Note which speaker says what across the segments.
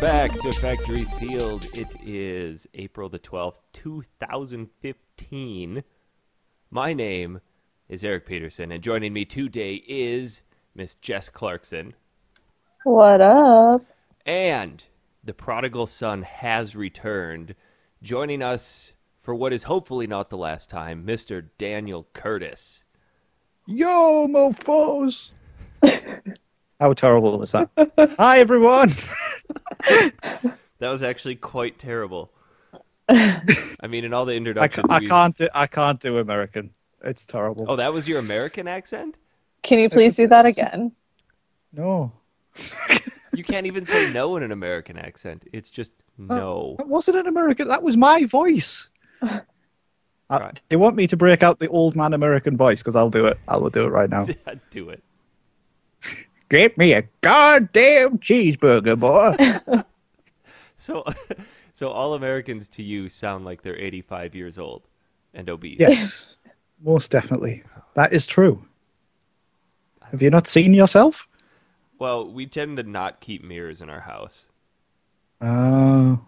Speaker 1: back to Factory Sealed. It is April the 12th, 2015. My name is Eric Peterson, and joining me today is Miss Jess Clarkson.
Speaker 2: What up?
Speaker 1: And the prodigal son has returned, joining us for what is hopefully not the last time, Mr. Daniel Curtis.
Speaker 3: Yo, mofos! How terrible was that? Hi, everyone!
Speaker 1: That was actually quite terrible.
Speaker 2: I
Speaker 1: I mean, in all the
Speaker 3: I, ca-
Speaker 1: introductions,
Speaker 3: I
Speaker 1: we've-
Speaker 3: can't do I can't do American. It's terrible.
Speaker 1: Oh, that was your American accent?
Speaker 2: Can you please do that again?
Speaker 3: No,
Speaker 1: You can't even say no in an American accent. It's just no.
Speaker 3: that wasn't an American. That was my voice. Uh,
Speaker 1: Right.
Speaker 3: They want me to break out the old man American voice because I'll do it. I will do it right now.
Speaker 1: Do it.
Speaker 3: Get me a goddamn cheeseburger, boy.
Speaker 1: So, so all Americans to you sound like they're 85 years old and obese.
Speaker 3: yes, most definitely. That is true. Have you not seen yourself?
Speaker 1: Well, we tend to not keep mirrors in our house.
Speaker 3: Oh,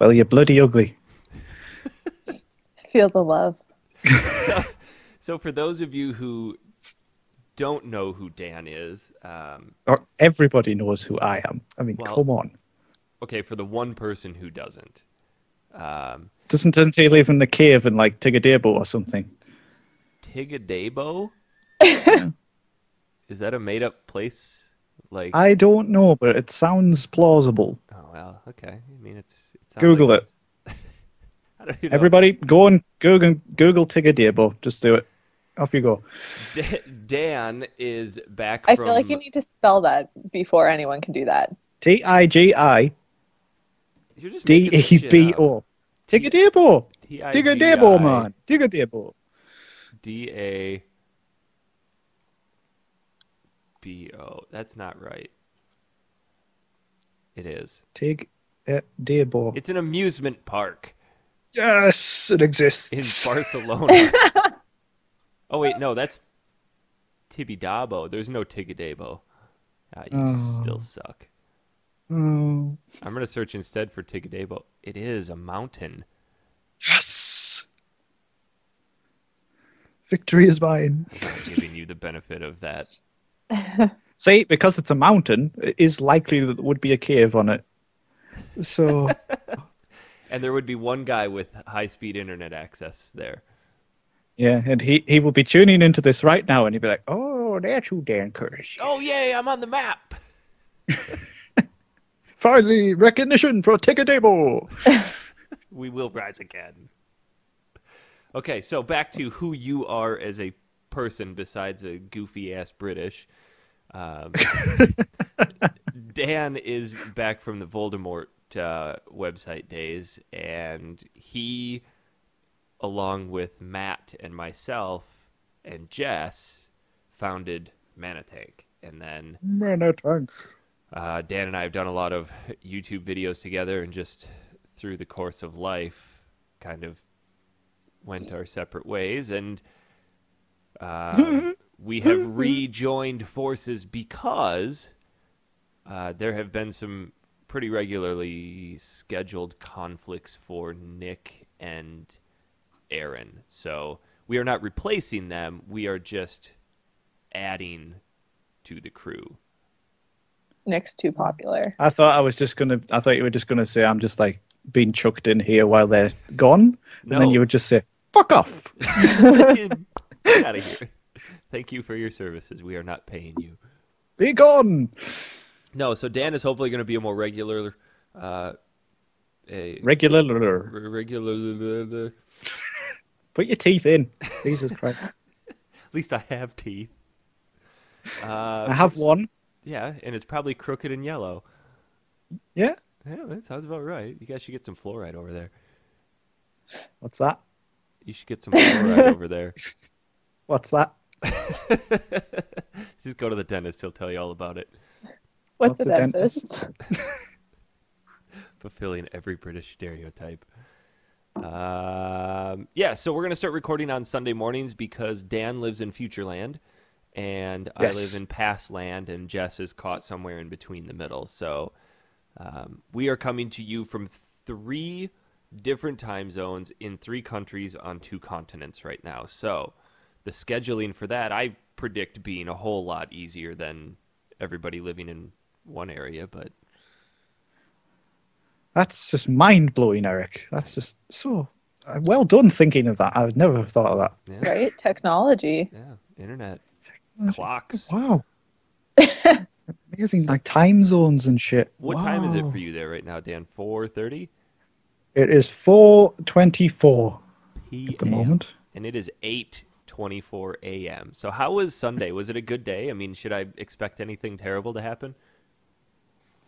Speaker 3: well, you're bloody ugly.
Speaker 2: Feel the love.
Speaker 1: So, for those of you who don't know who Dan is, um,
Speaker 3: Or Uh, everybody knows who I am. I mean,
Speaker 1: Well-
Speaker 3: come on.
Speaker 1: okay, for the one person who doesn't, um,
Speaker 3: Doesn't doesn't he live in the cave in like Tigadabo or something?
Speaker 1: Tigadabo? is that a made up place? Like,
Speaker 3: I don't know, but it sounds plausible.
Speaker 1: oh, well, okay. I mean, it's. it sounds
Speaker 3: Google
Speaker 1: like
Speaker 3: it.
Speaker 1: I don't even know.
Speaker 3: Everybody, go and Google Google Tigadabo. Just do it. Off you go.
Speaker 1: D- Dan is back
Speaker 2: I
Speaker 1: from.
Speaker 2: feel like you need to spell that before anyone can do that.
Speaker 3: T I G I
Speaker 1: You're just
Speaker 3: D
Speaker 1: making this
Speaker 3: E
Speaker 1: shit
Speaker 3: B
Speaker 1: up.
Speaker 3: O. Tigadabo.
Speaker 1: T-I-G-I.
Speaker 3: Tigadabo, man. Tigadabo.
Speaker 1: D A B O. That's not right. It is.
Speaker 3: eh, Tigadabo.
Speaker 1: It's an amusement park
Speaker 3: Yes, it exists.
Speaker 1: in Barcelona. oh wait, no, that's Tibidabo. There's no Tigadabo. Ah, you
Speaker 3: Oh.
Speaker 1: still suck.
Speaker 3: Oh,
Speaker 1: I'm gonna search instead for Tigadabo. It is a mountain.
Speaker 3: yes. Victory is mine.
Speaker 1: I'm giving you the benefit of that.
Speaker 3: See, because it's a mountain, it is likely that there would be a cave on it. So,
Speaker 1: And there would be one guy with high-speed internet access there.
Speaker 3: yeah, and he, he will be tuning into this right now and he'll be like, oh, that's who Dan Curtis.
Speaker 1: Oh yay! I'm on the map.
Speaker 3: Finally, recognition for Ticketable!
Speaker 1: We will rise again. Okay, so back to who you are as a person besides a goofy ass British. Um, Dan is back from the Voldemort uh, website days, and he, along with Matt and myself and Jess, founded Manitank. And then
Speaker 3: Man, I tank.
Speaker 1: uh, Dan and I have done a lot of YouTube videos together, and just through the course of life, kind of went our separate ways, and um, we have rejoined forces because uh, there have been some pretty regularly scheduled conflicts for Nick and Aaron. So we are not replacing them; we are just adding to the crew.
Speaker 2: Nick's too popular.
Speaker 3: I thought I was just gonna, I thought you were just gonna say I'm just like being chucked in here while they're gone. And
Speaker 1: No.
Speaker 3: then you would just say, fuck off!
Speaker 1: Get out of here. Thank you for your services. We are not paying you.
Speaker 3: Be gone!
Speaker 1: No, so Dan is hopefully going to be a more regular, uh, a
Speaker 3: Regular.
Speaker 1: re- regular. At
Speaker 3: Put your teeth in. Jesus Christ.
Speaker 1: least I have teeth. Uh,
Speaker 3: I have one.
Speaker 1: Yeah, and it's probably crooked and yellow.
Speaker 3: Yeah?
Speaker 1: Yeah, that sounds about right. You guys should get some fluoride over there.
Speaker 3: What's that?
Speaker 1: You should get some fluoride over there.
Speaker 3: What's that?
Speaker 1: Just go to the dentist. He'll tell you all about it.
Speaker 2: What's
Speaker 3: What's
Speaker 2: a
Speaker 3: a
Speaker 2: dentist?
Speaker 1: fulfilling every British stereotype. Um, yeah, so we're going to start recording on Sunday mornings because Dan lives in Futureland and I
Speaker 3: Yes.
Speaker 1: live in Past Land, and Jess is caught somewhere in between the middle. So Um, we are coming to you from three different time zones in three countries on two continents right now. So the scheduling for that, I predict being a whole lot easier than everybody living in one area, but
Speaker 3: That's just mind blowing, Eric. That's just so uh, well done thinking of that. I would never have thought of that.
Speaker 1: yeah,
Speaker 2: Right? Technology.
Speaker 1: yeah, internet clocks.
Speaker 3: Wow. Amazing, like time zones and shit.
Speaker 1: What time is it
Speaker 3: Wow.
Speaker 1: for you there right now, Dan? 4:30
Speaker 3: It is four twenty-four
Speaker 1: p.m.
Speaker 3: at the moment.
Speaker 1: and it is 8:24 a.m. So how was Sunday? Was it a good day? I mean, should I expect anything terrible to happen?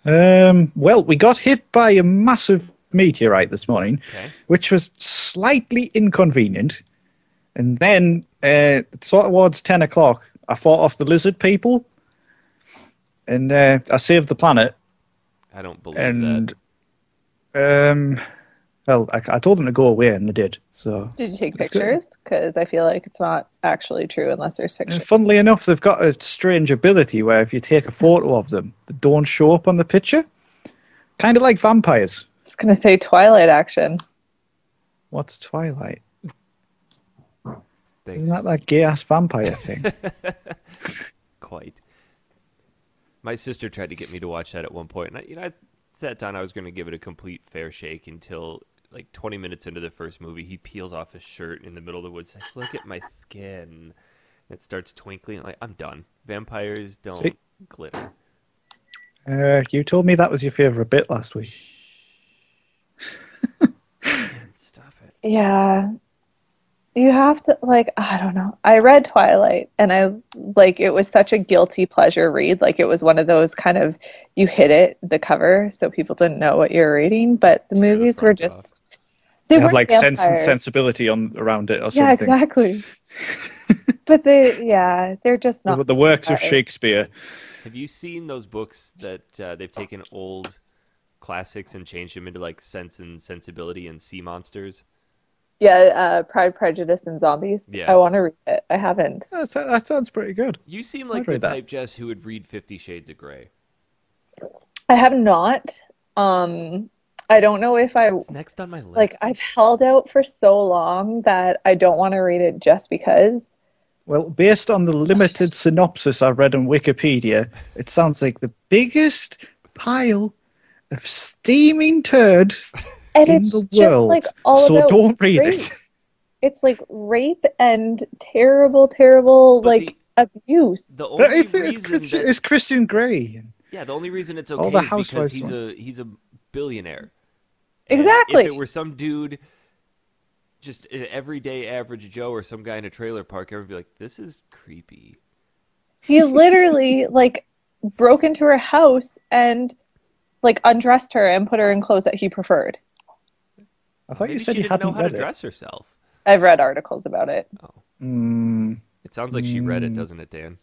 Speaker 3: Um, well, we got hit by a massive meteorite this morning,
Speaker 1: Okay.
Speaker 3: which was slightly inconvenient. And then, uh, sort of towards 10 o'clock, I fought off the lizard people, and uh, I saved the planet.
Speaker 1: I don't believe
Speaker 3: And,
Speaker 1: that.
Speaker 3: um, well, I, I told them to go away, and they did. So,
Speaker 2: Did you take
Speaker 3: That's good.
Speaker 2: pictures? Because I feel like it's not actually true unless there's
Speaker 3: And
Speaker 2: pictures.
Speaker 3: funnily enough, they've got a strange ability where if you take a photo of them, they don't show up on the picture. Kind of like vampires.
Speaker 2: I was gonna say Twilight action.
Speaker 3: What's Twilight?
Speaker 1: Thanks.
Speaker 3: Isn't that that gay ass vampire thing?
Speaker 1: Quite. My sister tried to get me to watch that at one point, and I, you know, I sat down. I was going to give it a complete fair shake until like 20 minutes into the first movie, he peels off his shirt in the middle of the woods. Says, "Look at my skin." It starts twinkling. Like I'm done. Vampires don't
Speaker 3: See?
Speaker 1: glitter.
Speaker 3: uh, you told me that was your favourite bit last week.
Speaker 1: Stop it.
Speaker 2: Yeah. You have to like I don't know. I read Twilight and I like it was such a guilty pleasure read. Like it was one of those kind of you hid it the cover so people didn't know what you were reading, but the
Speaker 1: Tear the
Speaker 2: movies were
Speaker 1: front
Speaker 2: just
Speaker 1: off.
Speaker 2: they
Speaker 3: They have
Speaker 2: weren't
Speaker 3: like sense and
Speaker 2: vampires.
Speaker 3: sensibility on around it or
Speaker 2: Yeah,
Speaker 3: something.
Speaker 2: exactly. but they yeah, they're just not
Speaker 3: But the works of
Speaker 2: Sorry.
Speaker 3: Shakespeare.
Speaker 1: Have you seen those books that uh, they've taken old classics and changed them into like Sense and Sensibility and Sea Monsters?
Speaker 2: Yeah, uh, Pride, Prejudice, and Zombies.
Speaker 1: Yeah.
Speaker 2: I want to read it. I haven't.
Speaker 3: That, so- that sounds pretty good.
Speaker 1: You seem like
Speaker 3: I'd
Speaker 1: the
Speaker 3: read that.
Speaker 1: type, Jess, who would read Fifty Shades of Grey.
Speaker 2: I have not. Um, I don't know if I
Speaker 1: Next on my list.
Speaker 2: like. I've held out for so long that I don't want to read it just because.
Speaker 3: Well, based on the limited synopsis I've read on Wikipedia, it sounds like the biggest pile of steaming turd
Speaker 2: And
Speaker 3: in
Speaker 2: it's
Speaker 3: the
Speaker 2: just
Speaker 3: world.
Speaker 2: like all
Speaker 3: so
Speaker 2: about
Speaker 3: don't read
Speaker 2: rape.
Speaker 3: it.
Speaker 2: It's like rape and terrible, terrible
Speaker 1: But
Speaker 2: like abuse.
Speaker 1: the only
Speaker 3: But it's, it's,
Speaker 1: reason
Speaker 3: Christian,
Speaker 1: that-
Speaker 3: it's Christian Grey.
Speaker 1: yeah, the only reason it's
Speaker 3: all
Speaker 1: okay
Speaker 3: the
Speaker 1: is because
Speaker 3: housewives
Speaker 1: he's
Speaker 3: one.
Speaker 1: a he's a billionaire. And
Speaker 2: Exactly.
Speaker 1: If it were some dude, just an everyday average Joe or some guy in a trailer park, everyone would be like, "This is creepy."
Speaker 2: He literally like broke into her house and like undressed her and put her in clothes that he preferred.
Speaker 3: I thought
Speaker 1: Maybe
Speaker 3: you said
Speaker 1: she
Speaker 3: you
Speaker 1: didn't know
Speaker 3: hadn't
Speaker 1: how
Speaker 3: read
Speaker 1: to
Speaker 3: it.
Speaker 1: dress herself.
Speaker 2: I've read articles about it,
Speaker 3: Mm,
Speaker 1: It sounds like she read it,
Speaker 3: Mm.
Speaker 1: doesn't it, Dan?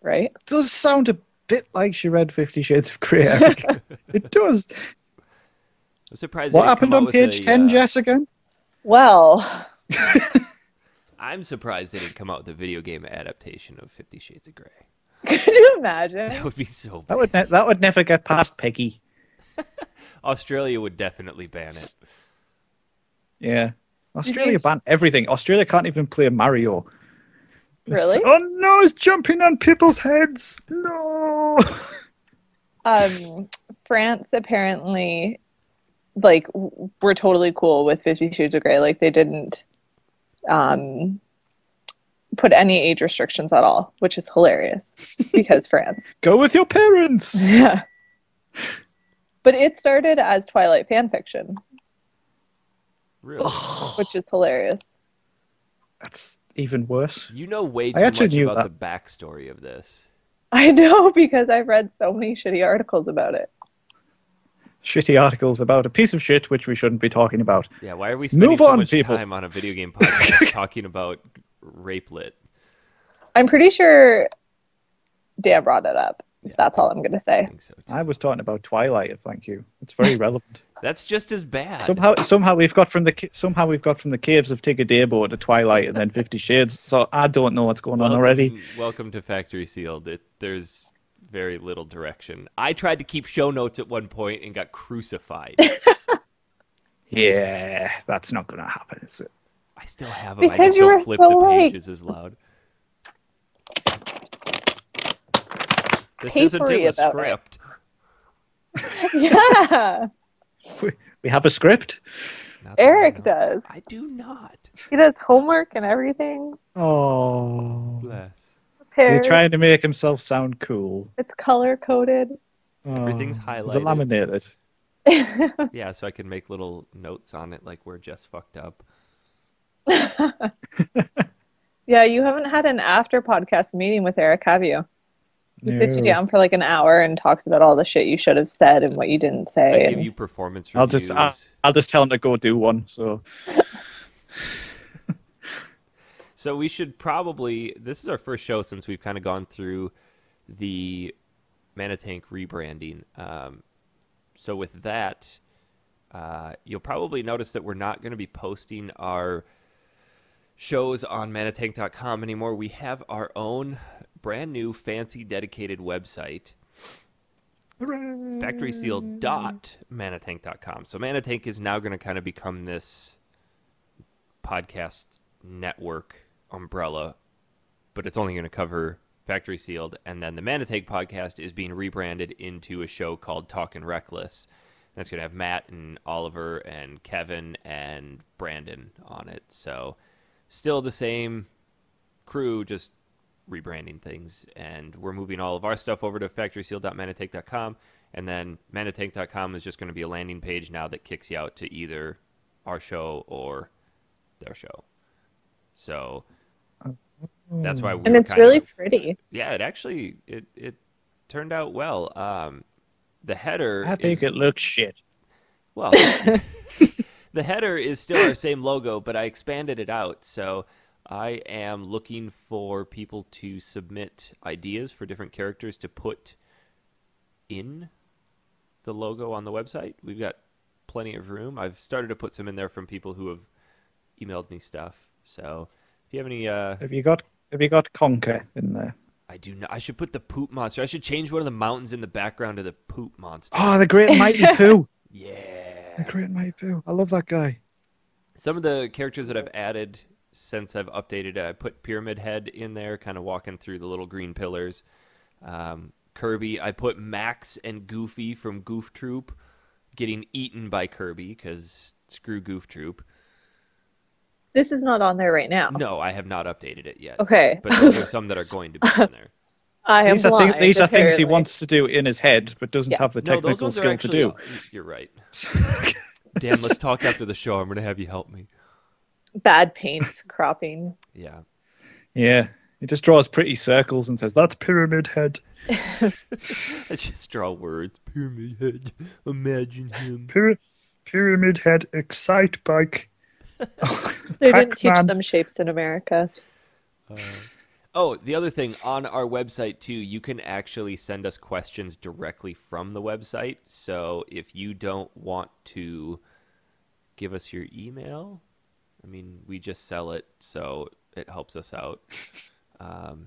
Speaker 2: right?
Speaker 3: does sound a bit like she read Fifty Shades of Grey. Eric. it does.
Speaker 1: I'm surprised. they
Speaker 3: What
Speaker 1: didn't
Speaker 3: happened
Speaker 1: come out
Speaker 3: on
Speaker 1: with
Speaker 3: page
Speaker 1: a,
Speaker 3: ten,
Speaker 1: uh,
Speaker 3: Jess? Again?
Speaker 2: Well,
Speaker 1: I'm surprised they didn't come out with a video game adaptation of Fifty Shades of Grey.
Speaker 2: could you
Speaker 1: That
Speaker 2: imagine?
Speaker 1: would be so. Bad.
Speaker 3: That would ne- that would never get past Peggy.
Speaker 1: Australia would definitely ban it.
Speaker 3: Yeah. Australia
Speaker 2: you-
Speaker 3: banned everything. Australia can't even play Mario.
Speaker 2: Really?
Speaker 3: Oh no, it's jumping on people's heads. No.
Speaker 2: Um, France apparently, like, w- were totally cool with Fifty Shades of Grey. Like, they didn't um, put any age restrictions at all, which is hilarious because France.
Speaker 3: Go with your parents.
Speaker 2: Yeah. But it started as Twilight fan fiction,
Speaker 1: Really?
Speaker 2: which is hilarious.
Speaker 3: That's even worse.
Speaker 1: You know way too
Speaker 3: I actually
Speaker 1: much
Speaker 3: knew
Speaker 1: about the backstory of this.
Speaker 2: I know because I've read so many shitty articles about it.
Speaker 3: Shitty articles about a piece of shit which we shouldn't be talking about.
Speaker 1: Yeah, why are we spending
Speaker 3: Move
Speaker 1: so
Speaker 3: on,
Speaker 1: much
Speaker 3: people.
Speaker 1: time on a video game podcast talking about rape lit?
Speaker 2: I'm pretty sure Dan brought it up. That's all I'm going to
Speaker 1: I
Speaker 2: say.
Speaker 1: think so. Too.
Speaker 3: I was talking about Twilight. Thank you. It's very relevant.
Speaker 1: That's just as bad.
Speaker 3: somehow, somehow we've got from the ca- somehow we've got from the caves of Tigger to Twilight and then
Speaker 1: Oh.
Speaker 3: Fifty Shades. So I don't know what's going on
Speaker 1: welcome,
Speaker 3: already.
Speaker 1: Welcome to Factory Sealed. It, there's very little direction. I tried to keep show notes at one point and got crucified.
Speaker 3: Yeah, that's not going to happen, is it?
Speaker 1: I still have them. I
Speaker 2: Because
Speaker 1: just
Speaker 2: you
Speaker 1: don't
Speaker 2: were
Speaker 1: flip
Speaker 2: so
Speaker 1: the
Speaker 2: late.
Speaker 1: pages as loud. This
Speaker 2: Papery
Speaker 1: isn't in the
Speaker 2: about it.
Speaker 1: script.
Speaker 2: yeah,
Speaker 3: We have a script.
Speaker 1: Not that I know.
Speaker 2: Eric does.
Speaker 1: I do not.
Speaker 2: He does homework and everything.
Speaker 3: Oh.
Speaker 1: Bless.
Speaker 3: They're
Speaker 2: Pairs.
Speaker 3: trying to make himself sound cool.
Speaker 2: It's color coded.
Speaker 1: Everything's
Speaker 3: Oh, Is it
Speaker 1: highlighted.
Speaker 3: laminated?
Speaker 1: Yeah, so I can make little notes on it, like where Jess fucked up.
Speaker 2: yeah, you haven't had an after podcast meeting with Eric, have you? He sits you
Speaker 3: No.
Speaker 2: down for like an hour and talks about all the shit you should have said and what you didn't say.
Speaker 1: I give
Speaker 2: and-
Speaker 1: you performance reviews.
Speaker 3: I'll just uh, I'll, I'll just tell him to go do one. So
Speaker 1: So we should probably. This is our first show since we've kind of gone through the Manitank rebranding. Um, so with that, uh, you'll probably notice that we're not going to be posting our shows on manitank.com anymore. We have our own brand new, fancy, dedicated website factoryseal.manatank.com. So Manatank is now going to kind of become this podcast network umbrella, but it's only going to cover Factory Sealed. And then the Manatank podcast is being rebranded into a show called Talkin' Reckless. And That's going to have Matt and Oliver and Kevin and Brandon on it. So still the same crew, just rebranding things, and we're moving all of our stuff over to factoryseal.manatank.com, and then manatank.com is just going to be a landing page now that kicks you out to either our show or their show. So that's
Speaker 3: Hmm.
Speaker 1: why we
Speaker 2: and
Speaker 1: were
Speaker 2: it's
Speaker 1: kind
Speaker 2: really
Speaker 1: of-
Speaker 2: pretty.
Speaker 1: yeah, it actually it it turned out well. Um, the header
Speaker 3: I
Speaker 1: is,
Speaker 3: think it looks shit.
Speaker 1: well, the header is still our same logo, but I expanded it out. So I am looking for people to submit ideas for different characters to put in the logo on the website. We've got plenty of room. I've started to put some in there from people who have emailed me stuff. So if you have any, uh,
Speaker 3: Have you got Have you got Conker in there?
Speaker 1: I do. Not, I should put the poop monster. I should change one of the mountains in the background to the poop monster.
Speaker 3: Oh, the Great Mighty Pooh!
Speaker 1: Yeah.
Speaker 3: The Great Mighty Pooh. I love that guy.
Speaker 1: Some of the characters that I've added since I've updated, I put Pyramid Head in there, kind of walking through the little green pillars. Um, Kirby, I put Max and Goofy from Goof Troop getting eaten by Kirby because screw Goof Troop.
Speaker 2: This is not on there right now.
Speaker 1: No, I have not updated it yet.
Speaker 2: Okay.
Speaker 1: But those are some that are going to be in there.
Speaker 2: I am
Speaker 3: These are,
Speaker 2: blind,
Speaker 3: thi- these are things
Speaker 2: apparently.
Speaker 3: he wants to do in his head, but doesn't
Speaker 2: Yeah.
Speaker 3: have the
Speaker 1: No, those
Speaker 3: technical
Speaker 1: ones are
Speaker 3: skill
Speaker 1: actually.
Speaker 3: to
Speaker 1: You're right.
Speaker 3: do.
Speaker 1: Dan, let's talk after the show. I'm going to have you help me.
Speaker 2: Bad paint cropping.
Speaker 1: Yeah.
Speaker 3: yeah, he just draws pretty circles and says, "That's Pyramid Head."
Speaker 1: I just draw words. Pyramid Head. Imagine him.
Speaker 3: Pyra- Pyramid Head Excite Bike.
Speaker 2: They didn't teach
Speaker 3: Pac-Man.
Speaker 2: them shapes in America.
Speaker 1: Oh, the other thing on our website too, you can actually send us questions directly from the website. So if you don't want to give us your email, I mean, we just sell it, so it helps us out. Um,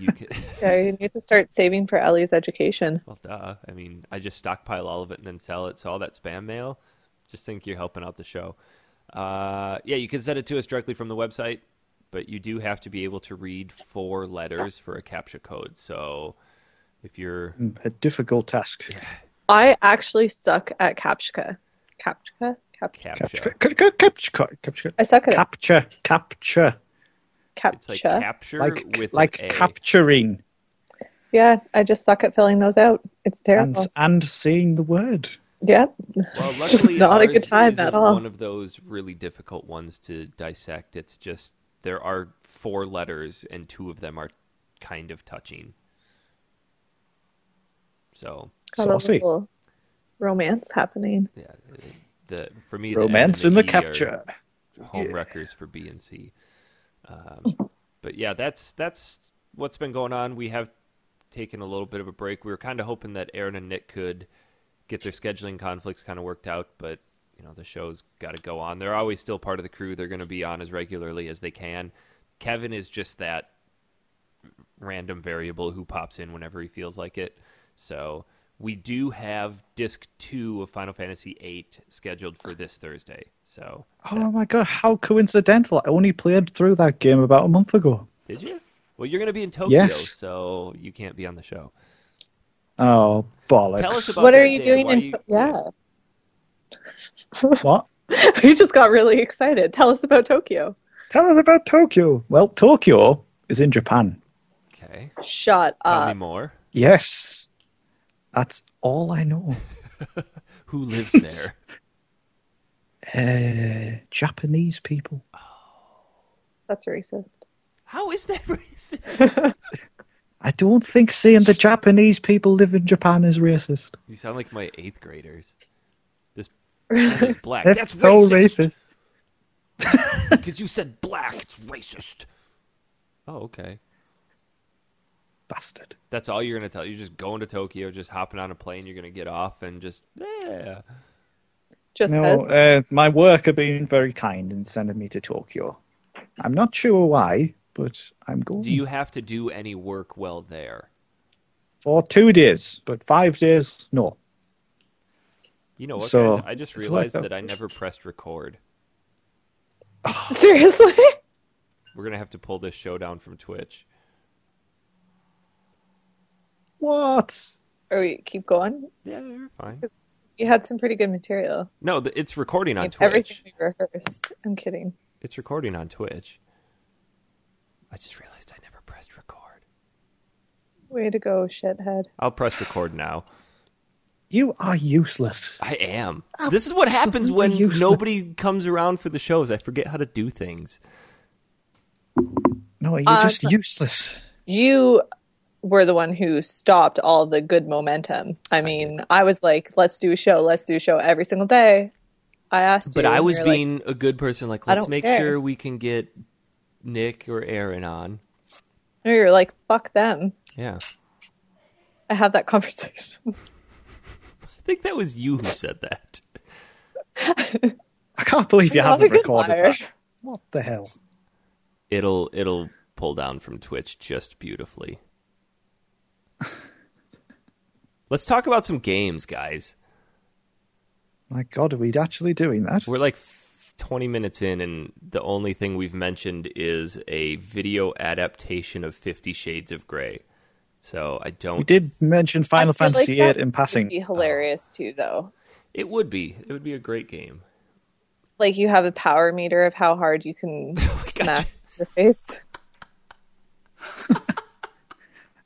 Speaker 1: you can.
Speaker 2: Yeah, you need to start saving for Ellie's education.
Speaker 1: Well, duh. I mean, I just stockpile all of it and then sell it. So all that spam mail, just think you're helping out the show. Uh, yeah, you can send it to us directly from the website, but you do have to be able to read four letters for a CAPTCHA code. So if you're
Speaker 3: A difficult task.
Speaker 2: I actually suck at CAPTCHA. CAPTCHA? CAPTCHA.
Speaker 1: CAPTCHA,
Speaker 3: Capture, ca- ca- capture, capture,
Speaker 2: I suck at
Speaker 3: capture, capture,
Speaker 2: CAPTCHA.
Speaker 1: it's like capture
Speaker 3: like
Speaker 1: with
Speaker 3: like
Speaker 1: an A.
Speaker 3: capturing
Speaker 2: yeah, I just suck at filling those out. It's
Speaker 3: and
Speaker 2: terrible.
Speaker 3: and saying the word.
Speaker 2: yeah.
Speaker 1: Well, luckily,
Speaker 2: Not a
Speaker 1: ours
Speaker 2: good time
Speaker 1: isn't
Speaker 2: at all.
Speaker 1: One of those really difficult ones to dissect. It's just there are four letters, and two of them are kind of touching. So
Speaker 2: Got a
Speaker 3: Saucy.
Speaker 2: little romance happening.
Speaker 1: yeah, the for me, the M
Speaker 3: Romance in
Speaker 1: and
Speaker 3: the
Speaker 1: E are
Speaker 3: capture.
Speaker 1: home wreckers for B and C. Um, but yeah, that's that's what's been going on. We have taken a little bit of a break. We were kind of hoping that Aaron and Nick could get their scheduling conflicts kind of worked out, but you know the show's got to go on. They're always still part of the crew. They're going to be on as regularly as they can. Kevin is just that random variable who pops in whenever he feels like it. So we do have disc two of Final Fantasy VIII scheduled for this Thursday. So
Speaker 3: Oh my god, how coincidental! I only played through that game about a month ago.
Speaker 1: did you? Well, you're going to be in Tokyo,
Speaker 3: Yes.
Speaker 1: so you can't be on the show.
Speaker 3: Oh bollocks!
Speaker 1: Tell us about
Speaker 2: What are
Speaker 1: that,
Speaker 2: you
Speaker 1: Dan.
Speaker 2: doing
Speaker 1: Why
Speaker 2: in?
Speaker 1: you-
Speaker 2: To- yeah.
Speaker 3: what?
Speaker 2: you just got really excited. Tell us about Tokyo.
Speaker 3: Tell us about Tokyo. Well, Tokyo is in Japan.
Speaker 1: Okay. Uh,
Speaker 2: Shut
Speaker 1: Tell me
Speaker 2: up.
Speaker 1: more.
Speaker 3: Yes, that's all I know.
Speaker 1: Who lives there?
Speaker 3: Uh, Japanese people.
Speaker 2: That's racist.
Speaker 1: How is that racist?
Speaker 3: I don't think saying the Japanese people live in Japan is racist.
Speaker 1: You sound like my eighth graders. This
Speaker 2: That's
Speaker 1: is black.
Speaker 3: That's, so racist.
Speaker 1: Because you said black. It's racist. Oh, okay.
Speaker 3: Bastard.
Speaker 1: That's all you're gonna tell. You're just going to Tokyo, just hopping on a plane. You're gonna get off and just yeah.
Speaker 2: just
Speaker 3: No,
Speaker 2: us.
Speaker 3: uh, my work have been very kind in sending me to Tokyo. I'm not sure why, but I'm going
Speaker 1: Do you have to do any work well there?
Speaker 3: for two days, but five days, no.
Speaker 1: You know what,
Speaker 3: So,
Speaker 1: guys? I just
Speaker 3: it's
Speaker 1: realized
Speaker 3: worth it.
Speaker 1: that I never pressed record.
Speaker 2: seriously.
Speaker 1: We're gonna have to pull this show down from Twitch.
Speaker 3: What?
Speaker 2: Or we Oh, keep going.
Speaker 1: Yeah, you're fine.
Speaker 2: You had some pretty good material.
Speaker 1: No, th- it's recording on
Speaker 2: If
Speaker 1: Twitch.
Speaker 2: Everything we rehearsed. I'm kidding.
Speaker 1: It's recording on Twitch. I just realized I never pressed record.
Speaker 2: Way to go, shithead.
Speaker 1: I'll press record now.
Speaker 3: You are useless.
Speaker 1: I am.
Speaker 2: Oh.
Speaker 1: This is what happens when
Speaker 3: Absolutely useless.
Speaker 1: nobody comes around for the shows. I forget how to do things.
Speaker 3: No, you're
Speaker 2: Uh,
Speaker 3: just
Speaker 2: but-
Speaker 3: useless.
Speaker 2: You were the one who stopped all the good momentum. I mean, I was like, let's do a show, let's do a show every single day. I asked you.
Speaker 1: But I
Speaker 2: and
Speaker 1: was
Speaker 2: you're like,
Speaker 1: being a good person. Like,
Speaker 2: I
Speaker 1: let's
Speaker 2: don't
Speaker 1: make
Speaker 2: care.
Speaker 1: sure we can get Nick or Aaron on.
Speaker 2: no, you're like, fuck them.
Speaker 1: Yeah.
Speaker 2: I have that conversation.
Speaker 1: I think that was you who said that.
Speaker 3: I can't believe you
Speaker 2: I'm not
Speaker 3: haven't
Speaker 2: a good
Speaker 3: recorded
Speaker 2: liar.
Speaker 3: that. What the hell?
Speaker 1: It'll it'll pull down from Twitch just beautifully. Let's talk about some games, guys.
Speaker 3: My God, are we actually doing that?
Speaker 1: We're like f- 20 minutes in, and the only thing we've mentioned is a video adaptation of Fifty Shades of Grey. So I
Speaker 3: We
Speaker 1: don't.
Speaker 3: did mention Final
Speaker 2: I feel like
Speaker 3: Fantasy
Speaker 2: that
Speaker 3: VIII in
Speaker 2: would
Speaker 3: passing.
Speaker 2: Be hilarious too, though.
Speaker 1: It would be. It would be a great game.
Speaker 2: Like you have a power meter of how hard you can smash your face.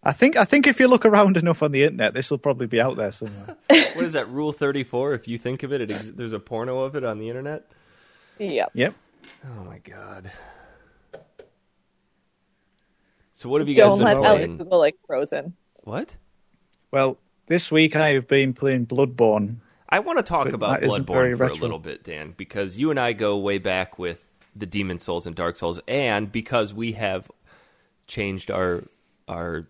Speaker 3: I think I think if you look around enough on the internet, this will probably be out there somewhere.
Speaker 1: What is that? Rule 34? If you think of it, it ex- there's a porno of it on the internet?
Speaker 2: Yep.
Speaker 3: yep.
Speaker 1: Oh my god. So what have you guys
Speaker 2: Don't let
Speaker 1: been
Speaker 2: Alex
Speaker 1: playing?
Speaker 2: Google like frozen.
Speaker 1: What?
Speaker 3: Well, this week I have been playing Bloodborne.
Speaker 1: I want to talk
Speaker 3: But
Speaker 1: about
Speaker 3: that isn't
Speaker 1: Bloodborne
Speaker 3: very
Speaker 1: for a
Speaker 3: retro.
Speaker 1: little bit, Dan, because you and I go way back with the Demon Souls and Dark Souls, and because we have changed our our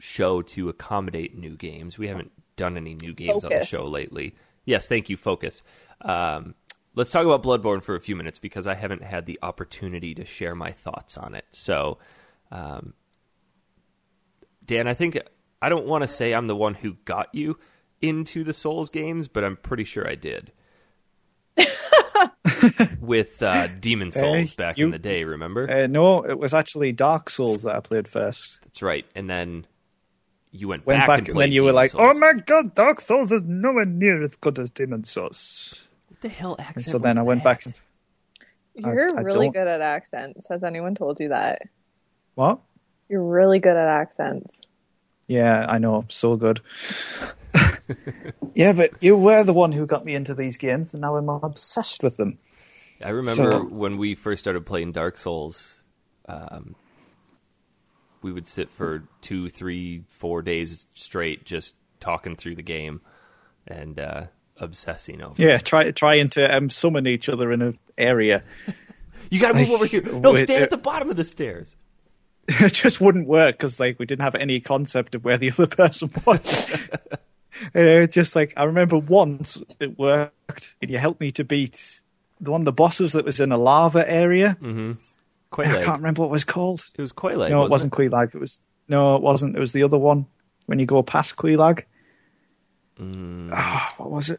Speaker 1: show to accommodate new games. We haven't done any new games on the
Speaker 2: Focus.
Speaker 1: show lately. Yes, thank you, Focus. Um, let's talk about Bloodborne for a few minutes because I haven't had the opportunity to share my thoughts on it. So, Dan, I think I don't want to say I'm the one who got you into the Souls games, but I'm pretty sure I did. With uh, Demon Souls back in
Speaker 3: you-
Speaker 1: the day, remember?
Speaker 3: Uh, no, it was actually Dark Souls that I played first.
Speaker 1: That's right. And then you went,
Speaker 3: Went
Speaker 1: back,
Speaker 3: back,
Speaker 1: and,
Speaker 3: and then
Speaker 1: played
Speaker 3: you were
Speaker 1: Demon
Speaker 3: like,
Speaker 1: Souls.
Speaker 3: "Oh my god, Dark Souls is nowhere near as good as Demon Souls."
Speaker 1: What the hell
Speaker 3: And
Speaker 1: accent
Speaker 3: so then
Speaker 1: was
Speaker 3: I went
Speaker 1: that?
Speaker 3: back and
Speaker 2: You're
Speaker 3: I
Speaker 2: really
Speaker 3: don't-
Speaker 2: good at accents. Has anyone told you that?
Speaker 3: what?
Speaker 2: You're really good at accents.
Speaker 3: Yeah, I know, so good. yeah, but you were the one who got me into these games, and now I'm obsessed with them.
Speaker 1: I remember
Speaker 3: So-
Speaker 1: when we first started playing Dark Souls, um, we would sit for two, three, four days straight just talking through the game and uh, obsessing over.
Speaker 3: Yeah, try trying to um, summon each other in an area.
Speaker 1: You got to move
Speaker 3: I-
Speaker 1: over here. No,
Speaker 3: wait,
Speaker 1: stand
Speaker 3: uh,
Speaker 1: at the bottom of the stairs.
Speaker 3: it just wouldn't work because like we didn't have any concept of where the other person was. you know, just like I remember once it worked, and you helped me to beat the one of the bosses that was in a lava area, mm-hmm. I
Speaker 1: Quaalude.
Speaker 3: can't remember what it was called.
Speaker 1: It was Quaalude.
Speaker 3: No, it
Speaker 1: wasn't
Speaker 3: wasn't Queelag. It was no, it wasn't. It was the other one. When you go past Queelag, Ah, what was it?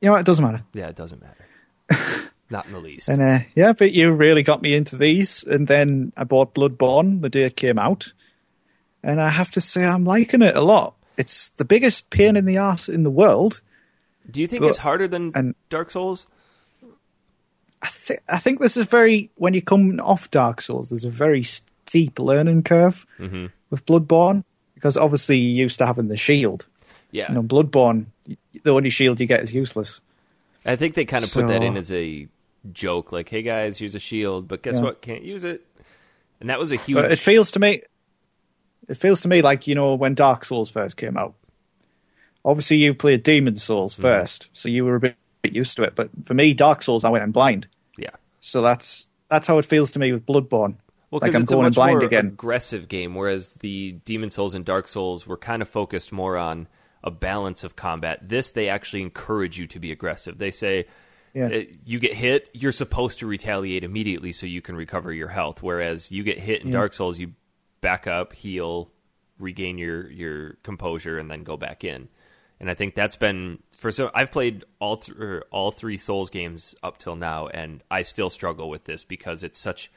Speaker 3: You know, what, it doesn't matter.
Speaker 1: Yeah, it doesn't matter. Not in the least.
Speaker 3: And uh, yeah, but you really got me into these. And then I bought Bloodborne the day it came out, and I have to say I'm liking it a lot. It's the biggest pain in the ass in the world.
Speaker 1: Do you think
Speaker 3: But-
Speaker 1: it's harder than
Speaker 3: and-
Speaker 1: Dark Souls?
Speaker 3: I, th- I think this is very when you come off Dark Souls, there's a very steep learning curve with Bloodborne because obviously you're used to having the shield.
Speaker 1: Yeah.
Speaker 3: You know, Bloodborne, y- the only shield you get is useless.
Speaker 1: I think they kind of put that
Speaker 3: So-
Speaker 1: in as a joke, like, "Hey guys, here's a shield, but guess
Speaker 3: Yeah.
Speaker 1: what? Can't use it." And that was a huge.
Speaker 3: But it feels to me, it feels to me like you know when Dark Souls first came out. Obviously, you played Demon Souls
Speaker 1: Mm.
Speaker 3: first, so you were a bit, bit used to it. But for me, Dark Souls, I went in blind,
Speaker 1: yeah.
Speaker 3: so that's that's how it feels to me with Bloodborne.
Speaker 1: Well,
Speaker 3: like
Speaker 1: because
Speaker 3: I'm
Speaker 1: it's
Speaker 3: going
Speaker 1: a
Speaker 3: in
Speaker 1: much
Speaker 3: blind
Speaker 1: more
Speaker 3: again.
Speaker 1: aggressive game, whereas the Demon Souls and Dark Souls were kind of focused more on a balance of combat. This, they actually encourage you to be aggressive. They say,
Speaker 3: Yeah.
Speaker 1: uh, you get hit, you're supposed to retaliate immediately so you can recover your health. Whereas you get hit in Dark Souls, you back up, heal, regain your, your composure, and then go back in. And I think that's been for so I've played all th- er, all three Souls games up till now, and I still struggle with this because it's such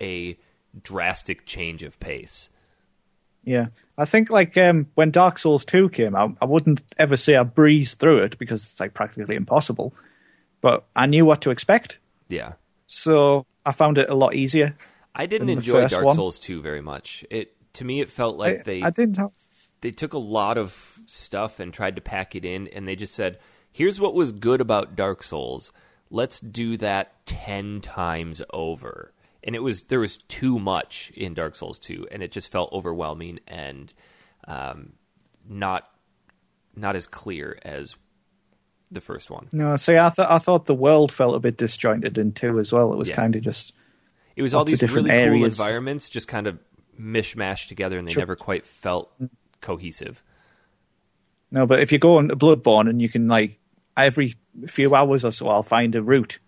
Speaker 1: a drastic change of pace.
Speaker 3: Yeah, I think like um, when Dark Souls two came out, I wouldn't ever say I breezed through it because it's like practically impossible. But I knew what to expect,
Speaker 1: Yeah.
Speaker 3: so I found it a lot easier.
Speaker 1: I didn't
Speaker 3: Than the
Speaker 1: enjoy
Speaker 3: first
Speaker 1: Dark
Speaker 3: one.
Speaker 1: Souls 2 very much. It to me it felt like
Speaker 3: I,
Speaker 1: they
Speaker 3: I didn't have
Speaker 1: they took a lot of stuff and tried to pack it in and they just said, "Here's what was good about Dark Souls. Let's do that 10 times over." And it was there was too much in Dark Souls 2 and it just felt overwhelming and um, not not as clear as the first one.
Speaker 3: no. See, I thought I thought the world felt a bit disjointed in two as well. It was
Speaker 1: Yeah.
Speaker 3: kind of just
Speaker 1: It was all
Speaker 3: lots of
Speaker 1: these
Speaker 3: different
Speaker 1: really cool
Speaker 3: areas.
Speaker 1: environments just kind of mishmashed together and they never quite felt cohesive.
Speaker 3: No, but if you go on Bloodborne and you can like every few hours or so, I'll find a route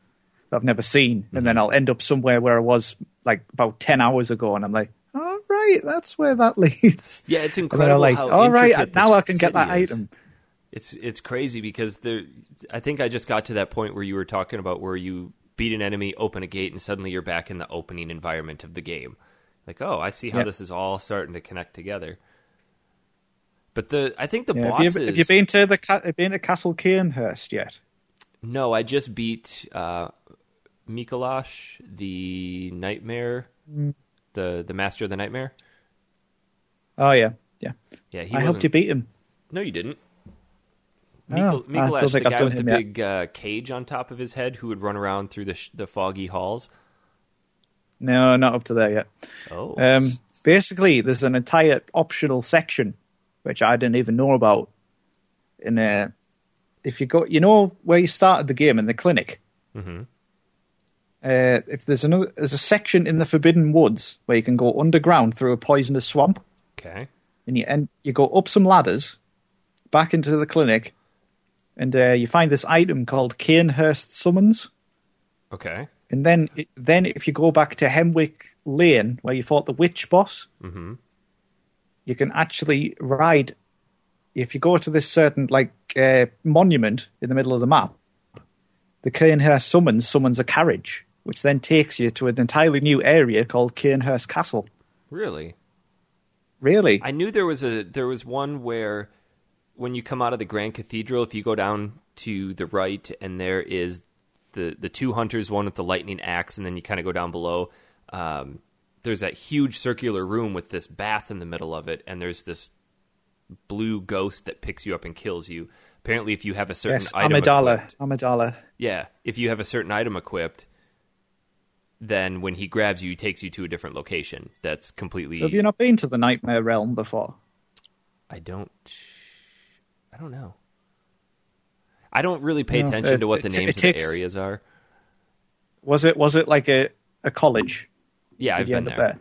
Speaker 3: that I've never seen,
Speaker 1: Mm-hmm.
Speaker 3: and then I'll end up somewhere where I was like about ten hours ago, and I'm like, all right, that's where that leads.
Speaker 1: Yeah, it's
Speaker 3: And then
Speaker 1: incredible.
Speaker 3: I'm like,
Speaker 1: how
Speaker 3: all right,
Speaker 1: intricate
Speaker 3: now
Speaker 1: this
Speaker 3: I can get that
Speaker 1: city is.
Speaker 3: item.
Speaker 1: It's it's crazy because there. I think I just got to that point where you were talking about where you beat an enemy, open a gate, and suddenly you're back in the opening environment of the game. Like, oh, I see how
Speaker 3: Yeah.
Speaker 1: this is all starting to connect together. But the I think the
Speaker 3: Yeah,
Speaker 1: bosses.
Speaker 3: have, you, have you been to the ca- have you been to Castle Cairnhurst yet?
Speaker 1: No, I just beat uh, Mikolash, the nightmare,
Speaker 3: Mm.
Speaker 1: the the master of the nightmare.
Speaker 3: Oh yeah, yeah.
Speaker 1: Yeah, he wasn't-
Speaker 3: I helped you beat him.
Speaker 1: No, you didn't.
Speaker 3: Oh,
Speaker 1: Mikol-
Speaker 3: I don't
Speaker 1: Mikolash, the
Speaker 3: think I've
Speaker 1: guy
Speaker 3: done
Speaker 1: with the
Speaker 3: him yet.
Speaker 1: big uh, cage on top of his head, who would run around through the sh- the foggy halls.
Speaker 3: No, not up to there yet.
Speaker 1: Oh,
Speaker 3: Um, basically, there's an entire optional section which I didn't even know about. In uh, if you go, you know where you started the game in the clinic. Uh, if there's another, there's a section in the Forbidden Woods where you can go underground through a poisonous swamp,
Speaker 1: okay.
Speaker 3: and you end, you go up some ladders, back into the clinic, and uh, you find this item called Canehurst Summons.
Speaker 1: Okay.
Speaker 3: And then, then if you go back to Hemwick Lane, where you fought the witch boss,
Speaker 1: Mm-hmm.
Speaker 3: you can actually ride. If you go to this certain like uh, monument in the middle of the map, the Cairnhurst summons summons a carriage, which then takes you to an entirely new area called Cairnhurst Castle.
Speaker 1: Really?
Speaker 3: Really?
Speaker 1: I knew there was a there was one where when you come out of the Grand Cathedral, if you go down to the right, and there is the the two hunters, one with the lightning axe, and then you kind of go down below. Um, there's that huge circular room with this bath in the middle of it, and there's this blue ghost that picks you up and kills you. Apparently, if you have a certain
Speaker 3: yes,
Speaker 1: item
Speaker 3: Amidala.
Speaker 1: equipped-
Speaker 3: Amidala.
Speaker 1: yeah, if you have a certain item equipped, then when he grabs you, he takes you to a different location. That's completely.
Speaker 3: So have you not been to the Nightmare Realm before?
Speaker 1: I don't. I don't know. I don't really pay
Speaker 3: No,
Speaker 1: attention
Speaker 3: it-
Speaker 1: to what the
Speaker 3: it-
Speaker 1: names
Speaker 3: it
Speaker 1: of
Speaker 3: takes-
Speaker 1: the areas are.
Speaker 3: Was it was it like a, a college?
Speaker 1: Yeah, I've
Speaker 3: Did you
Speaker 1: been
Speaker 3: end
Speaker 1: there.
Speaker 3: up there?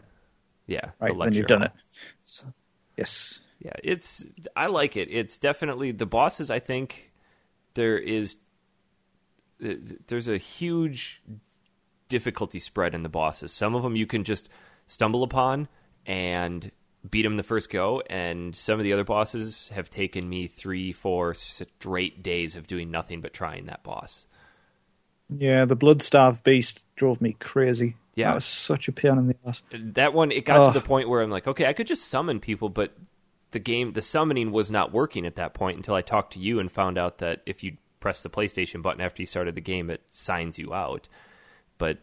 Speaker 1: Yeah, the
Speaker 3: Right, then
Speaker 1: lecture
Speaker 3: you've done
Speaker 1: hall.
Speaker 3: it. So- yes.
Speaker 1: Yeah, it's. I like it. It's definitely the bosses. I think there is. th- There's a huge difficulty spread in the bosses. Some of them you can just stumble upon and beat them the first go, and some of the other bosses have taken me three, four straight days of doing nothing but trying that boss.
Speaker 3: Yeah, the blood starved beast drove me crazy.
Speaker 1: Yeah.
Speaker 3: That was such a pain in the ass.
Speaker 1: That one, it got to
Speaker 3: Ugh.
Speaker 1: the point where I'm like, okay, I could just summon people, but the game, the summoning was not working at that point until I talked to you and found out that if you press the PlayStation button after you started the game, it signs you out. But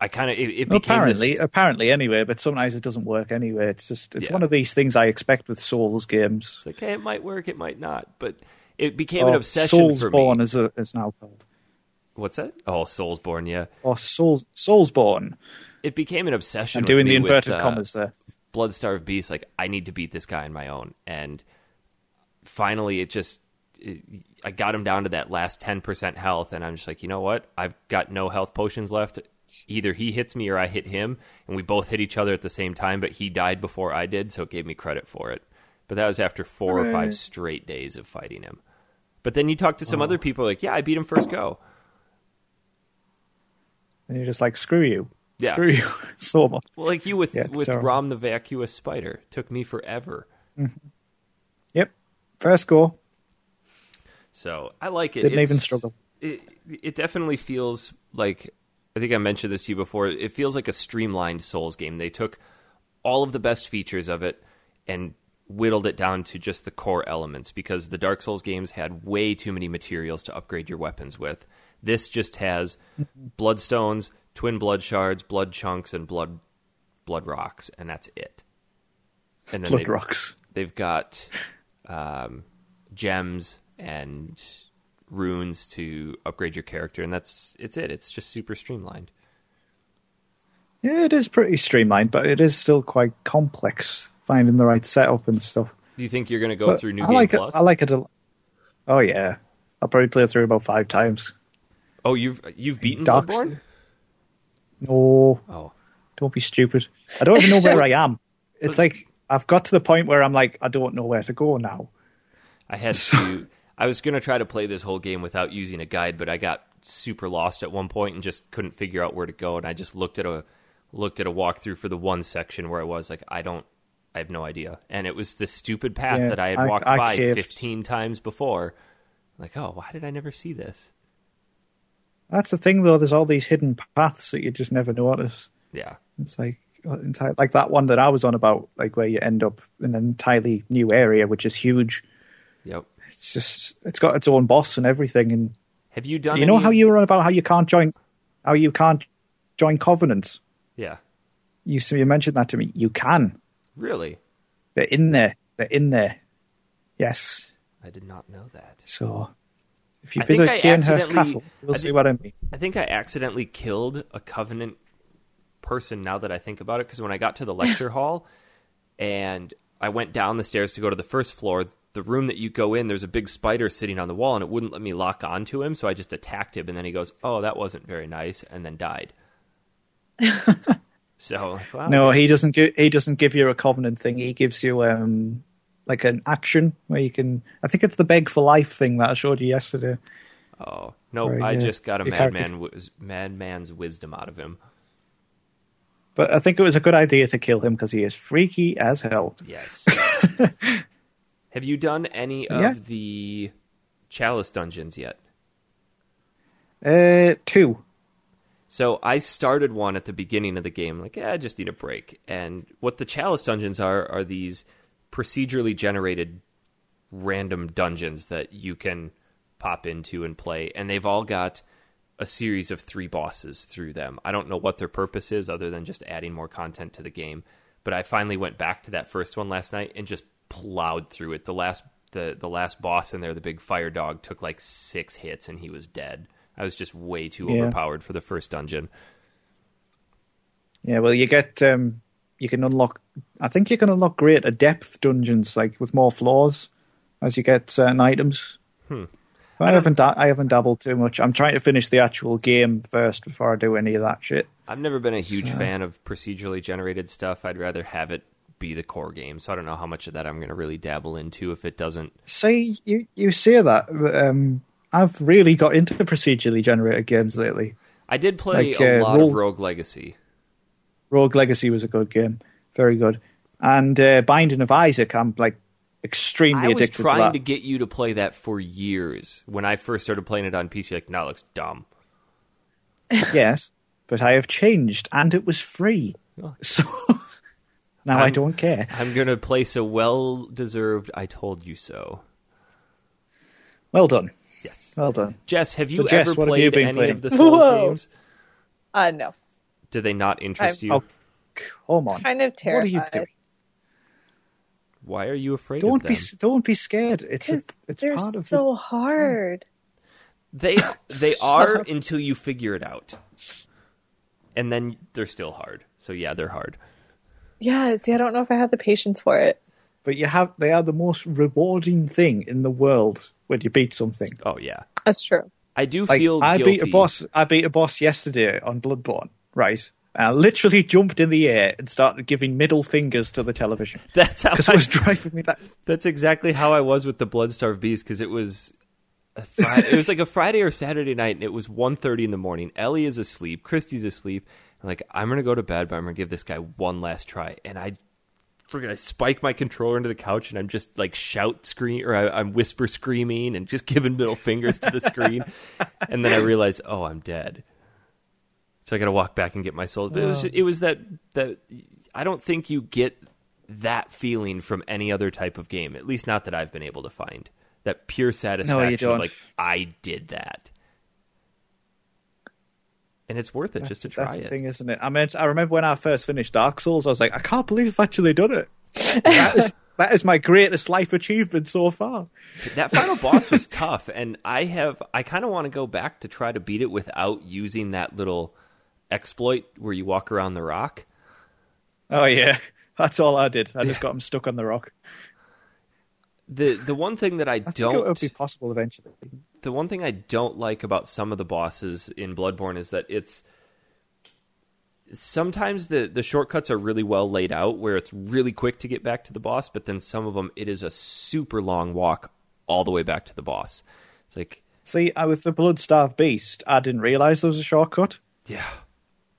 Speaker 1: I kind of, it, it became
Speaker 3: apparently, uh,
Speaker 1: this-
Speaker 3: apparently, anyway. But sometimes it doesn't work anyway. It's just it's
Speaker 1: Yeah.
Speaker 3: one of these things I expect with Souls games.
Speaker 1: It's like, hey, it might work, it might not, but it became
Speaker 3: Or
Speaker 1: an obsession for
Speaker 3: Oh, Soulsborne
Speaker 1: me.
Speaker 3: is a, is now called,
Speaker 1: What's that? Oh, Soulsborne, yeah.
Speaker 3: or Souls Soulsborne.
Speaker 1: It became an obsession.
Speaker 3: I'm
Speaker 1: with
Speaker 3: doing
Speaker 1: me
Speaker 3: the inverted
Speaker 1: with, uh,
Speaker 3: commas there.
Speaker 1: Bloodstarved Beast. Like, I need to beat this guy on my own, and finally, it just. It, I got him down to that last ten percent health, and I'm just like, you know what? I've got no health potions left. Either he hits me or I hit him, and we both hit each other at the same time. But he died before I did, so it gave me credit for it. But that was after four or five straight days of fighting him. But then you talk to some other people, like, yeah, I beat him first go.
Speaker 3: And you're just like, screw you,
Speaker 1: Yeah.
Speaker 3: screw you, so much.
Speaker 1: Well, like you with
Speaker 3: Yeah, it's
Speaker 1: with
Speaker 3: terrible.
Speaker 1: Rom the vacuous spider took me forever.
Speaker 3: Yep, first go.
Speaker 1: So I like it.
Speaker 3: Didn't
Speaker 1: It's-
Speaker 3: even struggle.
Speaker 1: It, it definitely feels like I think I mentioned this to you before. It feels like a streamlined Souls game. They took all of the best features of it and whittled it down to just the core elements because the Dark Souls games had way too many materials to upgrade your weapons with. This just has bloodstones, twin blood shards, blood chunks, and blood blood rocks, and that's it. And then
Speaker 3: Blood
Speaker 1: they-
Speaker 3: rocks.
Speaker 1: They've got um, gems and runes to upgrade your character, and that's it's it. It's just super streamlined.
Speaker 3: Yeah, it is pretty streamlined, but it is still quite complex finding the right setup and stuff.
Speaker 1: Do you think you're going to go
Speaker 3: But
Speaker 1: through New
Speaker 3: I
Speaker 1: Game
Speaker 3: like
Speaker 1: Plus?
Speaker 3: it. I like it. A, l- oh yeah, I'll probably play it through about five times.
Speaker 1: oh, you've you've beaten
Speaker 3: Dark-
Speaker 1: Bloodborne.
Speaker 3: No,
Speaker 1: Oh,
Speaker 3: Don't be stupid. I don't even know where I am.
Speaker 1: Let's-
Speaker 3: It's like I've got to the point where I'm like, I don't know where to go now.
Speaker 1: I had to. I was going to try to play this whole game without using a guide, but I got super lost at one point and just couldn't figure out where to go. And I just looked at a looked at a walkthrough for the one section where I was like, I don't, I have no idea. And it was this stupid path
Speaker 3: Yeah,
Speaker 1: that I had
Speaker 3: I-
Speaker 1: walked
Speaker 3: I
Speaker 1: by
Speaker 3: caved.
Speaker 1: fifteen times before. Like, oh, why did I never see this?
Speaker 3: That's the thing, though. There's all these hidden paths that you just never notice.
Speaker 1: Yeah,
Speaker 3: It's like entire, like that one that I was on about, like where you end up in an entirely new area, which is huge.
Speaker 1: yep.
Speaker 3: It's just it's got its own boss and everything. And
Speaker 1: Have you done?
Speaker 3: you know
Speaker 1: any-
Speaker 3: how you were on about how you can't join, how you can't join covenants.
Speaker 1: Yeah,
Speaker 3: You so you mentioned that to me. You can.
Speaker 1: really.
Speaker 3: They're in there. They're in there. Yes.
Speaker 1: I did not know that.
Speaker 3: So if you
Speaker 1: I think
Speaker 3: visit
Speaker 1: I
Speaker 3: Cairnhurst
Speaker 1: accidentally-
Speaker 3: Castle, you'll
Speaker 1: I
Speaker 3: see
Speaker 1: did-
Speaker 3: what I mean.
Speaker 1: I think I accidentally killed a covenant person now that I think about it because when I got to the lecture hall and I went down the stairs to go to the first floor, the room that you go in, there's a big spider sitting on the wall and it wouldn't let me lock onto him, so I just attacked him and then he goes, "Oh, that wasn't very nice," and then died. so, well,
Speaker 3: No, he doesn't. Give, he doesn't give you a covenant thing. He gives you um like an action where you can. I think it's the beg for life thing that I showed you yesterday.
Speaker 1: oh, no,
Speaker 3: Right,
Speaker 1: I
Speaker 3: yeah.
Speaker 1: just got a
Speaker 3: Your character-
Speaker 1: madman wis- madman's wisdom out of him.
Speaker 3: But I think it was a good idea to kill him because he is freaky as hell.
Speaker 1: Yes. Have you done any of
Speaker 3: Yeah.
Speaker 1: the chalice dungeons yet?
Speaker 3: Uh, two.
Speaker 1: So I started one at the beginning of the game, like, eh, I just need a break. And what the chalice dungeons are are these procedurally generated random dungeons that you can pop into and play, and they've all got a series of three bosses through them. I don't know what their purpose is other than just adding more content to the game. But I finally went back to that first one last night and just plowed through it. The last the, the last boss in there, the big fire dog, took like six hits and he was dead. I was just way too
Speaker 3: Yeah.
Speaker 1: overpowered for the first dungeon.
Speaker 3: Yeah. Well, you get um, you can unlock. I think you can unlock greater depth dungeons like with more floors as you get certain items. Hmm. I, haven't. Da- I haven't dabbled too much. I'm trying to finish the actual game first before I do any of that shit.
Speaker 1: I've never been a huge fan of procedurally generated stuff. I'd rather have it be the core game. So I don't know how much of that I'm going to really dabble into if it doesn't.
Speaker 3: See, you you say that. but, Um, I've really got into procedurally generated games lately.
Speaker 1: I did play
Speaker 3: Like,
Speaker 1: a
Speaker 3: uh,
Speaker 1: lot
Speaker 3: Rogue-
Speaker 1: of Rogue Legacy.
Speaker 3: Rogue Legacy was a good game, very good. And uh, Binding of Isaac, I'm like extremely
Speaker 1: I was
Speaker 3: addicted to
Speaker 1: trying
Speaker 3: that.
Speaker 1: to, get you to play that for years. When I first started playing it on PC, like, no, it looks dumb.
Speaker 3: yes, but I have changed, and it was free,
Speaker 1: Oh.
Speaker 3: so now I'm, I
Speaker 1: I'm-
Speaker 3: do not care.
Speaker 1: I'm gonna place a well-deserved "I told you so."
Speaker 3: Well done,
Speaker 1: Yes,
Speaker 3: well done.
Speaker 1: Jess, have you
Speaker 3: So, Jess,
Speaker 1: ever
Speaker 3: what
Speaker 1: played
Speaker 3: have you been
Speaker 1: any
Speaker 3: playing?
Speaker 1: of the Souls
Speaker 2: Whoa.
Speaker 1: games?
Speaker 2: Uh, no,
Speaker 1: Do they not interest
Speaker 2: I've-
Speaker 1: you?
Speaker 3: Oh. Come on,
Speaker 2: kind of
Speaker 3: what are
Speaker 2: terrified.
Speaker 3: you doing?
Speaker 1: Why are you afraid of
Speaker 3: Don't
Speaker 1: them?
Speaker 3: be don't be scared. It's a,
Speaker 2: Because
Speaker 3: it's
Speaker 2: they're
Speaker 3: part of the
Speaker 2: so hard.
Speaker 1: They they are until you figure it out, and then they're still hard. So yeah, they're hard.
Speaker 2: Yeah, see, I don't know if I have the patience for it.
Speaker 3: but you have they are the most rewarding thing in the world when you beat something.
Speaker 1: Oh yeah,
Speaker 2: That's true.
Speaker 1: I do
Speaker 3: Like
Speaker 1: feel
Speaker 3: I
Speaker 1: guilty.
Speaker 3: beat a boss I beat a boss yesterday on Bloodborne, right? And I literally jumped in the air and started giving middle fingers to the television
Speaker 1: That's how
Speaker 3: because
Speaker 1: I,
Speaker 3: it was driving me that
Speaker 1: that's exactly how I was with the Bloodstarved Beast because it was a Fri- it was like a Friday or Saturday night, and it was 1.30 in the morning. Ellie is asleep, Christy's asleep. I'm like, I'm gonna go to bed, but I'm gonna give this guy one last try, and I. Forget, I spike my controller into the couch and I'm just like shout scream or I, I'm whisper screaming and just giving middle fingers to the screen, and then I realize, oh, I'm dead. So I got to walk back and get my soul. But it
Speaker 3: Oh.
Speaker 1: was it was that that I don't think you get that feeling from any other type of game. At least not that I've been able to find. That pure satisfaction
Speaker 3: don't.
Speaker 1: of like I did that. And it's worth it just to try
Speaker 3: That's the
Speaker 1: it.
Speaker 3: thing, isn't it? I mean, I remember when I first finished Dark Souls, I was like, I can't believe I've actually done it. That is that is my greatest life achievement so far.
Speaker 1: That final boss was tough and I have I kind of want to go back to try to beat it without using that little exploit where you walk around the rock.
Speaker 3: Oh yeah, that's all I did. I just got him stuck on the rock.
Speaker 1: The the one thing that I,
Speaker 3: I think
Speaker 1: don't
Speaker 3: it would be possible eventually.
Speaker 1: the one thing I don't like about some of the bosses in Bloodborne is that it's sometimes the the shortcuts are really well laid out where it's really quick to get back to the boss, but then some of them it is a super long walk all the way back to the boss. It's like,
Speaker 3: See, I with the blood-starved beast, I didn't realize there was a shortcut,
Speaker 1: yeah.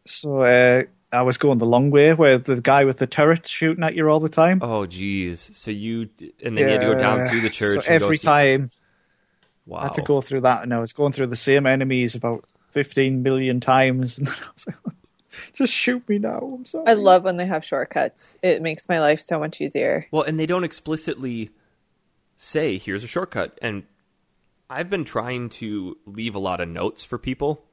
Speaker 3: so uh, I was going the long way, where the guy with the turret shooting at you all the time.
Speaker 1: Oh geez. So you and then you had to go down
Speaker 3: Yeah.
Speaker 1: through the church
Speaker 3: So
Speaker 1: and go
Speaker 3: every
Speaker 1: to-
Speaker 3: time
Speaker 1: wow.
Speaker 3: I had to go through that, and I was going through the same enemies about fifteen million times, and then I was like, "Just shoot me now!" I'm sorry.
Speaker 2: I love when they have shortcuts. It makes my life so much easier.
Speaker 1: Well, and they don't explicitly say here's a shortcut. And I've been trying to leave a lot of notes for people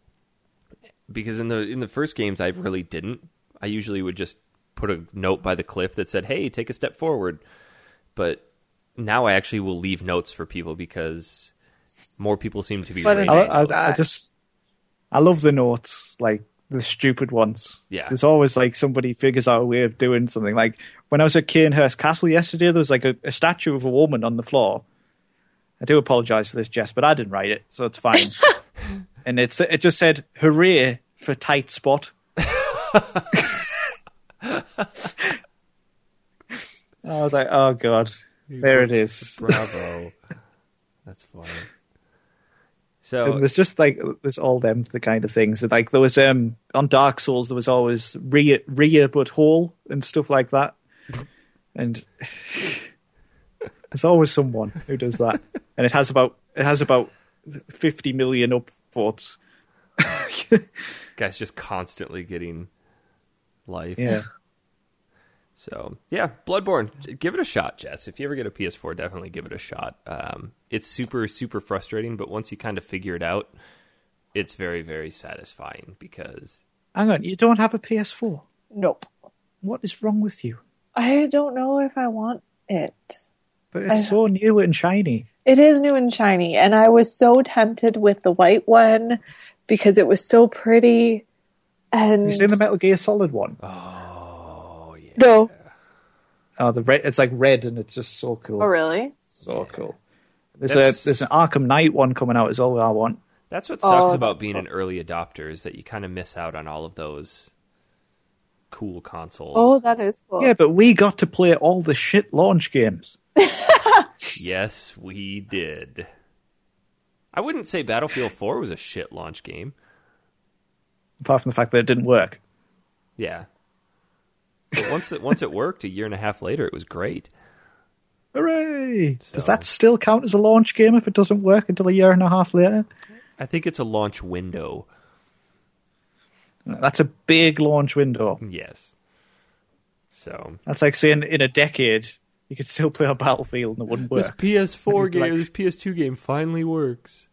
Speaker 1: because in the in the first games I really didn't. I usually would just put a note by the cliff that said, "Hey, take a step forward." But now I actually will leave notes for people because more people seem to be
Speaker 2: What an
Speaker 1: reading.
Speaker 3: I,
Speaker 2: Nice
Speaker 3: I, I
Speaker 2: guy.
Speaker 3: just I love the notes, like the stupid ones.
Speaker 1: Yeah.
Speaker 3: there's always like somebody figures out a way of doing something. Like when I was at Canehurst Castle yesterday, there was like a, a statue of a woman on the floor. I do apologise for this, Jess, but I didn't write it, so it's fine. and it's it just said "Hooray for tight spot." I was like, "Oh God, there it is."
Speaker 1: Bravo. That's funny. So Oh.
Speaker 3: And there's just like there's all them the kind of things that like there was um on Dark Souls there was always Rhea, Rhea but Hall and stuff like that, and there's always someone who does that, and it has about it has about fifty million upvotes.
Speaker 1: guys just constantly getting life.
Speaker 3: Yeah,
Speaker 1: So yeah, Bloodborne. j- Give it a shot, Jess. If you ever get a PS4, definitely give it a shot. Um, it's super super frustrating, but once you kind of figure it out, it's very very satisfying because
Speaker 3: hang on, you don't have a PS4.
Speaker 2: Nope.
Speaker 3: What is wrong with you?
Speaker 2: I don't know if I want it.
Speaker 3: But
Speaker 2: I-
Speaker 3: it's so new and shiny.
Speaker 2: It is new and shiny, and I was so tempted with the white one because it was so pretty. And
Speaker 3: You seen the Metal Gear Solid one?
Speaker 1: oh yeah,
Speaker 2: no,
Speaker 3: Oh, the red. It's like red, and it's just so cool.
Speaker 2: oh really?
Speaker 3: So cool. There's
Speaker 1: That's-
Speaker 3: a there's an Arkham Knight one coming out. Is all I want.
Speaker 1: that's what sucks
Speaker 2: Oh,
Speaker 1: about being an early adopter is that you kind of miss out on all of those cool consoles.
Speaker 2: Oh, that is cool.
Speaker 3: Yeah, but we got to play all the shit launch games.
Speaker 1: Yes, we did. I wouldn't say Battlefield 4 was a shit launch game.
Speaker 3: apart from the fact that it didn't work.
Speaker 1: Yeah. But once it once it worked, a year and a half later, it was great.
Speaker 3: Hooray! Does
Speaker 1: So-
Speaker 3: that still count as a launch game if it doesn't work until a year and a half later?
Speaker 1: I think it's a launch window.
Speaker 3: That's a big launch window.
Speaker 1: Yes. So
Speaker 3: That's like saying in a decade you could still play a Battlefield and it wouldn't work.
Speaker 1: this PS4
Speaker 3: Like-
Speaker 1: game, this PS2 game, finally works.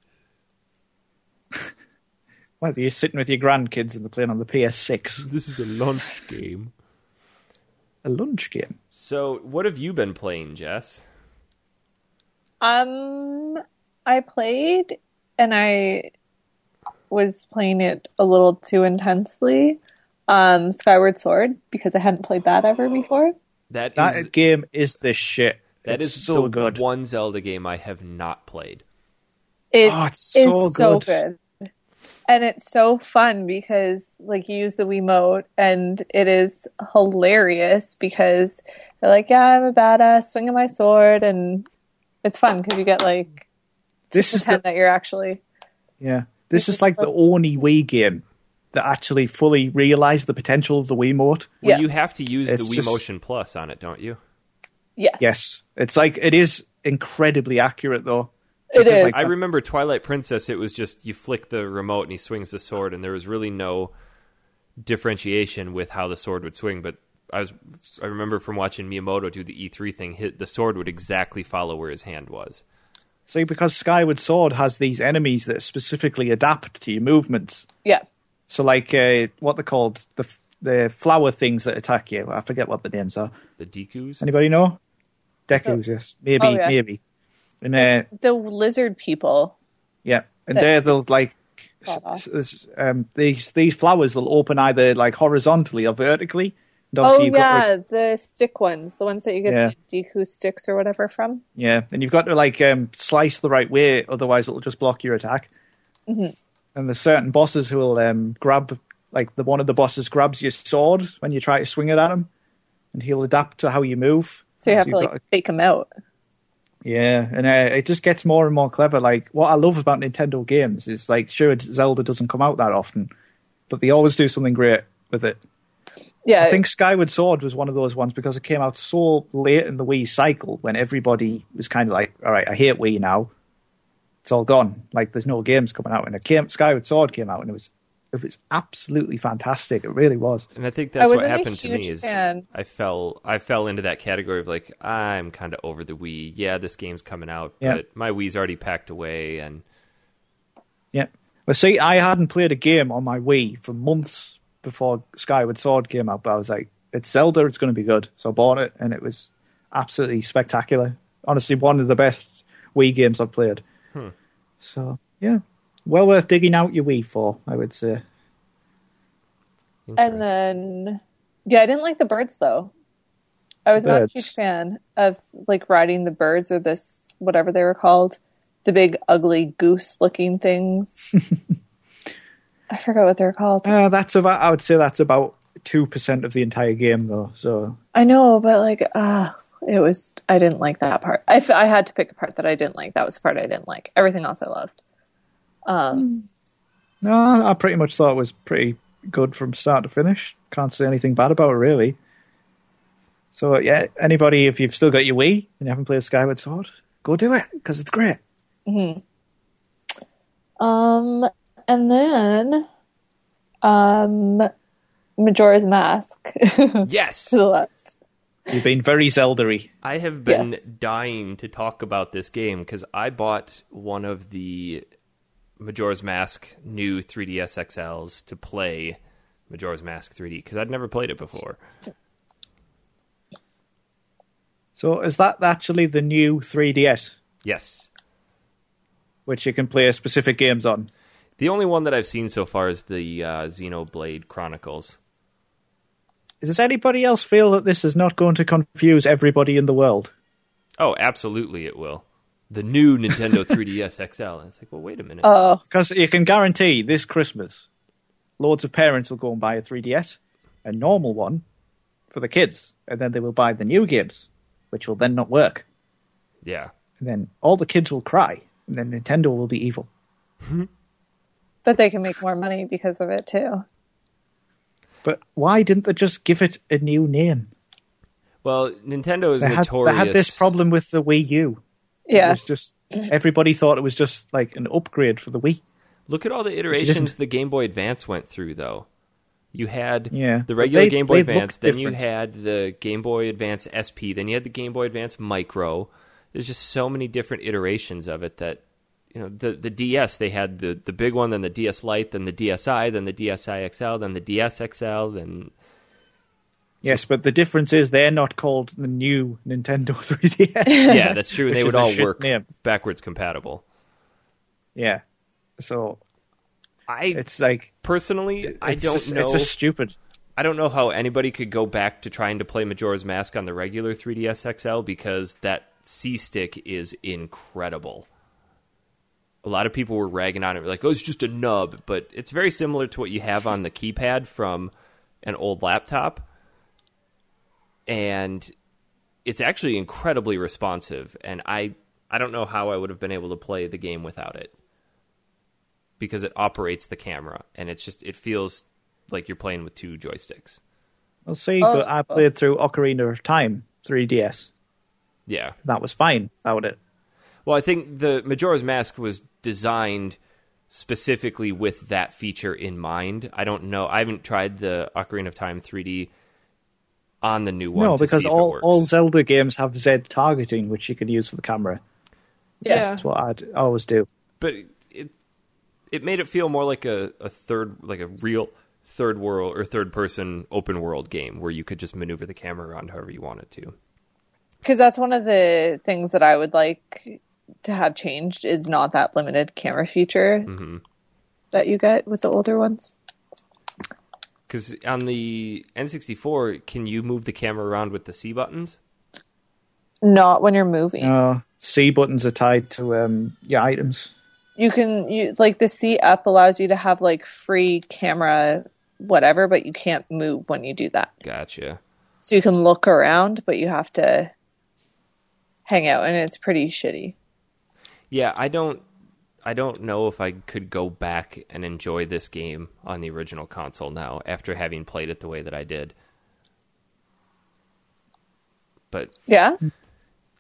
Speaker 3: Well, you're sitting with your grandkids and they're playing on the PS6.
Speaker 1: This is a launch game.
Speaker 3: A lunch game.
Speaker 1: So, what have you been playing, Jess?
Speaker 2: Um, I played and I was playing it a little too intensely. Um, Skyward Sword because I hadn't played that ever before.
Speaker 1: That is
Speaker 3: That game is the shit.
Speaker 1: that
Speaker 3: It's
Speaker 1: is
Speaker 3: so
Speaker 1: the
Speaker 3: good.
Speaker 1: one Zelda game I have not played.
Speaker 2: It
Speaker 3: Oh, it's
Speaker 2: is
Speaker 3: so
Speaker 2: so
Speaker 3: good.
Speaker 2: good. And it's so fun because like you use the Wiimote and it is hilarious because they're like, yeah, I'm a badass swinging my sword. And it's fun because you get like
Speaker 3: This is
Speaker 2: pretend
Speaker 3: the,
Speaker 2: that you're actually,
Speaker 3: yeah. This is like the only Wii game that actually fully realised the potential of the Wiimote.
Speaker 1: Well,
Speaker 2: Yeah.
Speaker 1: you have to use
Speaker 3: It's
Speaker 1: the Wii
Speaker 3: just-
Speaker 1: Motion Plus on it, don't you?
Speaker 2: yes,
Speaker 3: Yes, it's like it is incredibly accurate though.
Speaker 2: it
Speaker 3: because,
Speaker 2: is.
Speaker 3: like,
Speaker 1: I remember Twilight Princess. It was just you flick the remote and he swings the sword, and there was really no differentiation with how the sword would swing. But I was I remember from watching Miyamoto do the E3 thing. Hit the sword would exactly follow where his hand was.
Speaker 3: See, because Skyward Sword has these enemies that specifically adapt to your movements.
Speaker 2: yeah.
Speaker 3: So, like uh, what they're called, the f- the flower things that attack you. I forget what the names are.
Speaker 1: The Deku's.
Speaker 3: Anybody know? Deku's, yes, maybe,
Speaker 2: Oh, yeah.
Speaker 3: maybe. And uh,
Speaker 2: the lizard people.
Speaker 3: yeah, and
Speaker 2: That-
Speaker 3: they're those like s-
Speaker 2: Flower.
Speaker 3: s- s- um, these these flowers will open either like horizontally or vertically. And obviously
Speaker 2: oh
Speaker 3: you've got to-
Speaker 2: yeah, the stick ones, the ones that you get
Speaker 3: Yeah.
Speaker 2: the Deku sticks or whatever from.
Speaker 3: Yeah, and you've got to like um, slice the right way, otherwise it'll just block your attack.
Speaker 2: Mm-hmm.
Speaker 3: And there's certain bosses who will um, grab, like the one of the bosses grabs your sword when you try to swing it at him, and he'll adapt to how Oh, you move.
Speaker 2: So you have to
Speaker 3: you've
Speaker 2: like
Speaker 3: got
Speaker 2: fake them out.
Speaker 3: yeah, and uh, it just gets more and more clever. Like what I love about Nintendo games is like, sure, Zelda doesn't come out that often, but they always do something great with it.
Speaker 2: Yeah,
Speaker 3: I think Skyward Sword was one of those ones because it came out so late in the Wii cycle when everybody was kind of like, all right, I hate Wii now. It's all gone. Like, there's no games coming out. And it came, Skyward Sword came out and it was, it was absolutely fantastic. It really was.
Speaker 1: And I think that's what
Speaker 2: wasn't a
Speaker 1: happened to me
Speaker 2: huge
Speaker 1: is
Speaker 2: fan.
Speaker 1: I fell I fell into that category of like I'm kind of over the Wii. Yeah, this game's coming out,
Speaker 3: Yeah.
Speaker 1: but my Wii's already packed away and
Speaker 3: Yeah. Well, see, I hadn't played a game on my Wii for months before Skyward Sword came out, but I was like, it's Zelda, it's going to be good. So I bought it and it was absolutely spectacular. Honestly, one of the best Wii games I've played. So, yeah. Well worth digging out your Wii for, I would say.
Speaker 2: and then yeah, I didn't like the birds though. I was not a
Speaker 3: Birds.
Speaker 2: huge fan of like riding the birds or this whatever they were called, the big ugly goose looking things. I forgot what they're called.
Speaker 3: Uh, that's about, I would say that's about 2% of the entire game, though. So,
Speaker 2: I know, but like, ah, it was. I didn't like that part. I, f- I had to pick a part that I didn't like. That was the part I didn't like. Everything else I loved. Um,
Speaker 3: no, I pretty much thought it was pretty good from start to finish. Can't say anything bad about it, really. So, yeah, anybody, if you've still got your Wii and you haven't played Skyward Sword, go do it because it's great.
Speaker 2: um, and then, um, Majora's Mask. to
Speaker 1: yes,
Speaker 2: the last.
Speaker 3: You've been very Zelda-y.
Speaker 1: I have been dying to talk about this game because I bought one of the Majora's Mask new 3DS XLs to play Majora's Mask 3D because I'd never played it before.
Speaker 3: So, is that actually the new 3DS,
Speaker 1: Yes,
Speaker 3: which you can play specific games on?
Speaker 1: the only one that I've seen so far is the uh, Xenoblade Chronicles.
Speaker 3: Does anybody else feel that this is not going to confuse everybody in the world?
Speaker 1: Oh, absolutely, it will. The new Nintendo 3DS XL. And it's like, well, wait a minute.
Speaker 2: Oh,
Speaker 3: Because you can guarantee this Christmas, loads of parents will go and buy a 3DS, a normal one, for the kids, and then they will buy the new games, which will then not work.
Speaker 1: yeah,
Speaker 3: And then all the kids will cry, and then Nintendo will be evil.
Speaker 2: But they can make more money because of it too.
Speaker 3: But why didn't they just give it a new name?
Speaker 1: Well, Nintendo is
Speaker 3: They had,
Speaker 1: notorious.
Speaker 3: they had this problem with the Wii U. It
Speaker 2: Yeah.
Speaker 3: was just everybody thought it was just like an upgrade for the Wii.
Speaker 1: Look at all the iterations the Game Boy Advance went through, though. You had
Speaker 3: Yeah,
Speaker 1: the
Speaker 3: but
Speaker 1: regular
Speaker 3: they-
Speaker 1: Game Boy
Speaker 3: they look
Speaker 1: Advance, then you
Speaker 3: different.
Speaker 1: had the Game Boy Advance SP, then you had the Game Boy Advance Micro. There's just so many different iterations of it that you know the the DS they had the the big one, then the DS Lite, then the DSi, then the DSi XL, then the DS XL, then
Speaker 3: Yes, but the difference is they're not called the new Nintendo 3DS.
Speaker 1: yeah, that's true. And they
Speaker 3: Which
Speaker 1: would
Speaker 3: is a
Speaker 1: all
Speaker 3: shit
Speaker 1: work
Speaker 3: name.
Speaker 1: backwards compatible.
Speaker 3: yeah, so
Speaker 1: I
Speaker 3: it's like
Speaker 1: personally, I
Speaker 3: it's
Speaker 1: don't
Speaker 3: just-
Speaker 1: know.
Speaker 3: It's just stupid.
Speaker 1: I don't know how anybody could go back to trying to play Majora's Mask on the regular 3DS XL because that C stick is incredible. A lot of people were ragging on it, like, "Oh, it's just a nub," but it's very similar to what you have on the keypad from an old laptop, and it's actually incredibly responsive. And I, I don't know how I would have been able to play the game without it because it operates the camera, and it's just it feels like you're playing with two joysticks.
Speaker 3: We'll see.
Speaker 2: Oh,
Speaker 3: but I
Speaker 2: that's cool.
Speaker 3: played through Ocarina of Time 3DS.
Speaker 1: Yeah.
Speaker 3: That was fine without it.
Speaker 1: Well, I think the Majora's Mask was designed specifically with that feature in mind. I don't know. I haven't tried the Ocarina of Time 3D on the new one.
Speaker 3: no,
Speaker 1: to
Speaker 3: because
Speaker 1: see if it
Speaker 3: all
Speaker 1: works.
Speaker 3: all Zelda games have Z targeting, which you can use for the camera.
Speaker 1: yeah,
Speaker 3: That's what I'd always do.
Speaker 1: but it it made it feel more like a, a third like a real third world or third person open world game where you could just maneuver the camera around however you wanted to.
Speaker 2: Because that's one of the things that I would like to have changed is not that limited camera feature that you get with the older ones.
Speaker 1: Because on the N64, can you move the camera around with the C buttons?
Speaker 2: Not when you're moving.
Speaker 3: No, Uh, C buttons are tied to um, your items.
Speaker 2: You can you like the C up allows you to have like free camera whatever, but you can't move when you do that.
Speaker 1: Gotcha.
Speaker 2: So you can look around, but you have to hang out and it's pretty shitty.
Speaker 1: Yeah, I don't I don't know if I could go back and enjoy this game on the original console now after having played it the way that I did. But
Speaker 2: Yeah?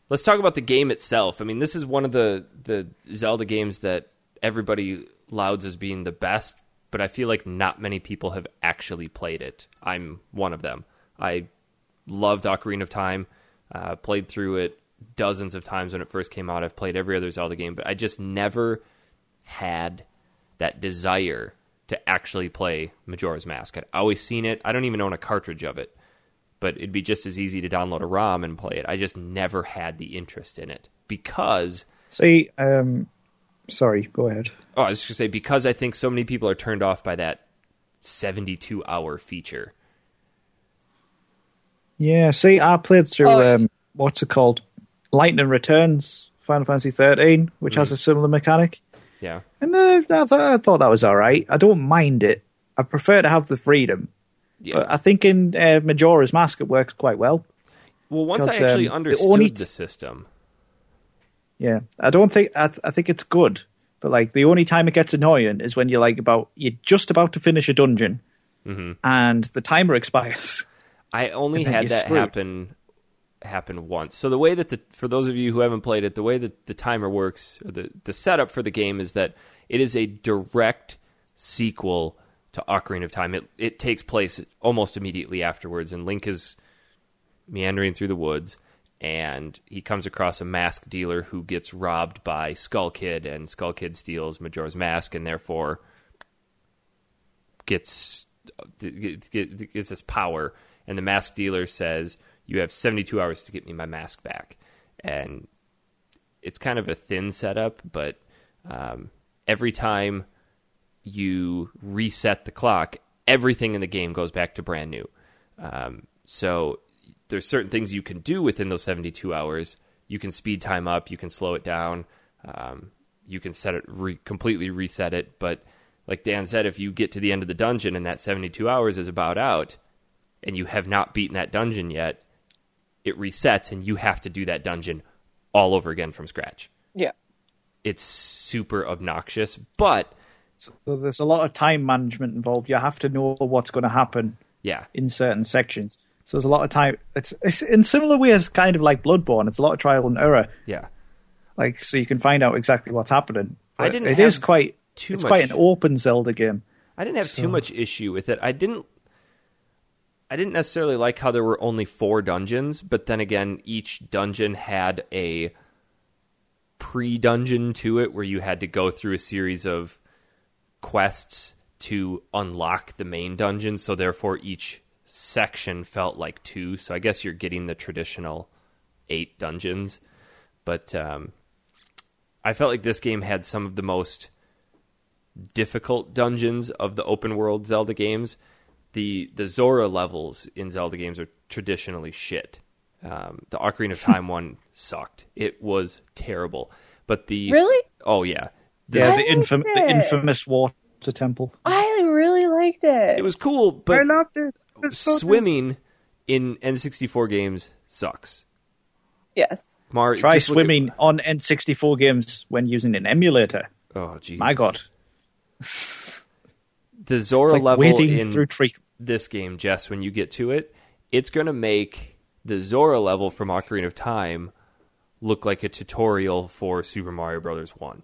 Speaker 1: let's talk about the game itself. I mean, this is one of the the Zelda games that everybody lauds as being the best, but I feel like not many people have actually played it. I'm one of them. I loved Ocarina of Time. Uh, played through it dozens of times when it first came out. I've played every other Zelda game, but I just never had that desire to actually play Majora's Mask. I'd always seen it. I don't even own a cartridge of it but it'd be just as easy to download a ROM and play it. I just never had the interest in it because
Speaker 3: See, um, sorry, go ahead.
Speaker 1: oh, I was just gonna say because I think so many people are turned off by that seventy-two hour feature.
Speaker 3: Yeah, see, I played through
Speaker 2: Oh.
Speaker 3: um, what's it called, Lightning Returns, Final Fantasy thirteen, which
Speaker 1: Hmm.
Speaker 3: has a similar mechanic,
Speaker 1: Yeah,
Speaker 3: and uh, I, thought, I thought that was all right. I don't mind it. I prefer to have the freedom,
Speaker 1: yeah.
Speaker 3: but I think in uh, Majora's Mask it works quite well.
Speaker 1: well, once I
Speaker 3: because,
Speaker 1: actually
Speaker 3: um, the
Speaker 1: understood
Speaker 3: only-
Speaker 1: the system,
Speaker 3: Yeah, I don't think I, th- I think it's good, but like the only time it gets annoying is when you're like about you're just about to finish a dungeon, and the timer expires.
Speaker 1: I only
Speaker 3: then
Speaker 1: had
Speaker 3: you
Speaker 1: that
Speaker 3: screwed.
Speaker 1: happen happen once. So the way that the for those of you who haven't played it, the way that the timer works, or the the setup for the game is that it is a direct sequel to Ocarina of Time. It it takes place almost immediately afterwards, and Link is meandering through the woods, and he comes across a mask dealer who gets robbed by Skull Kid, and Skull Kid steals Majora's mask, and therefore gets gets this power, and the mask dealer says, "You have 72 hours to get me my mask back." And it's kind of a thin setup, but um, every time you reset the clock, everything in the game goes back to brand new. Um, so there's certain things you can do within those 72 hours. You can speed time up, you can slow it down, um, you can set it re- completely reset it. But like Dan said, if you get to the end of the dungeon and that 72 hours is about out, and you have not beaten that dungeon yet, it resets and you have to do that dungeon all over again from scratch
Speaker 2: Yeah.
Speaker 1: it's super obnoxious, but
Speaker 3: So there's a lot of time management involved. You have to know what's going to happen
Speaker 1: Yeah.
Speaker 3: in certain sections. So there's a lot of time. It's, it's in similar ways, kind of like Bloodborne. It's a lot of trial and error,
Speaker 1: Yeah.
Speaker 3: like so you can find out exactly what's happening.
Speaker 1: I didn't
Speaker 3: It
Speaker 1: have
Speaker 3: is quite.
Speaker 1: too
Speaker 3: it's
Speaker 1: much-
Speaker 3: quite an open Zelda game.
Speaker 1: I didn't have too much issue with it. I didn't I didn't necessarily like how there were only four dungeons, but then again, each dungeon had a pre-dungeon to it where you had to go through a series of quests to unlock the main dungeon, so therefore each section felt like two. So I guess you're getting the traditional eight dungeons, but um I felt like this game had some of the most difficult dungeons of the open world Zelda games, the the Zora levels in Zelda games are traditionally shit. Um, the Ocarina of Time one sucked. It was terrible. But the
Speaker 2: Really?
Speaker 1: oh yeah, The-
Speaker 3: Yeah,
Speaker 2: I
Speaker 3: the, infam-
Speaker 2: liked
Speaker 3: the
Speaker 2: it.
Speaker 3: infamous water temple.
Speaker 2: I really liked it.
Speaker 1: it was cool, but
Speaker 3: loved it.
Speaker 1: swimming in N64 games sucks.
Speaker 2: yes.
Speaker 1: Mar-
Speaker 3: Try
Speaker 1: just look at-
Speaker 3: swimming on N64 games when using an emulator.
Speaker 1: oh jeez,
Speaker 3: My God,
Speaker 1: the Zora
Speaker 3: it's like
Speaker 1: level
Speaker 3: wading
Speaker 1: in
Speaker 3: through tree.
Speaker 1: this game, Jess, when you get to it, it's going to make the Zora level from Ocarina of Time look like a tutorial for Super Mario Brothers 1.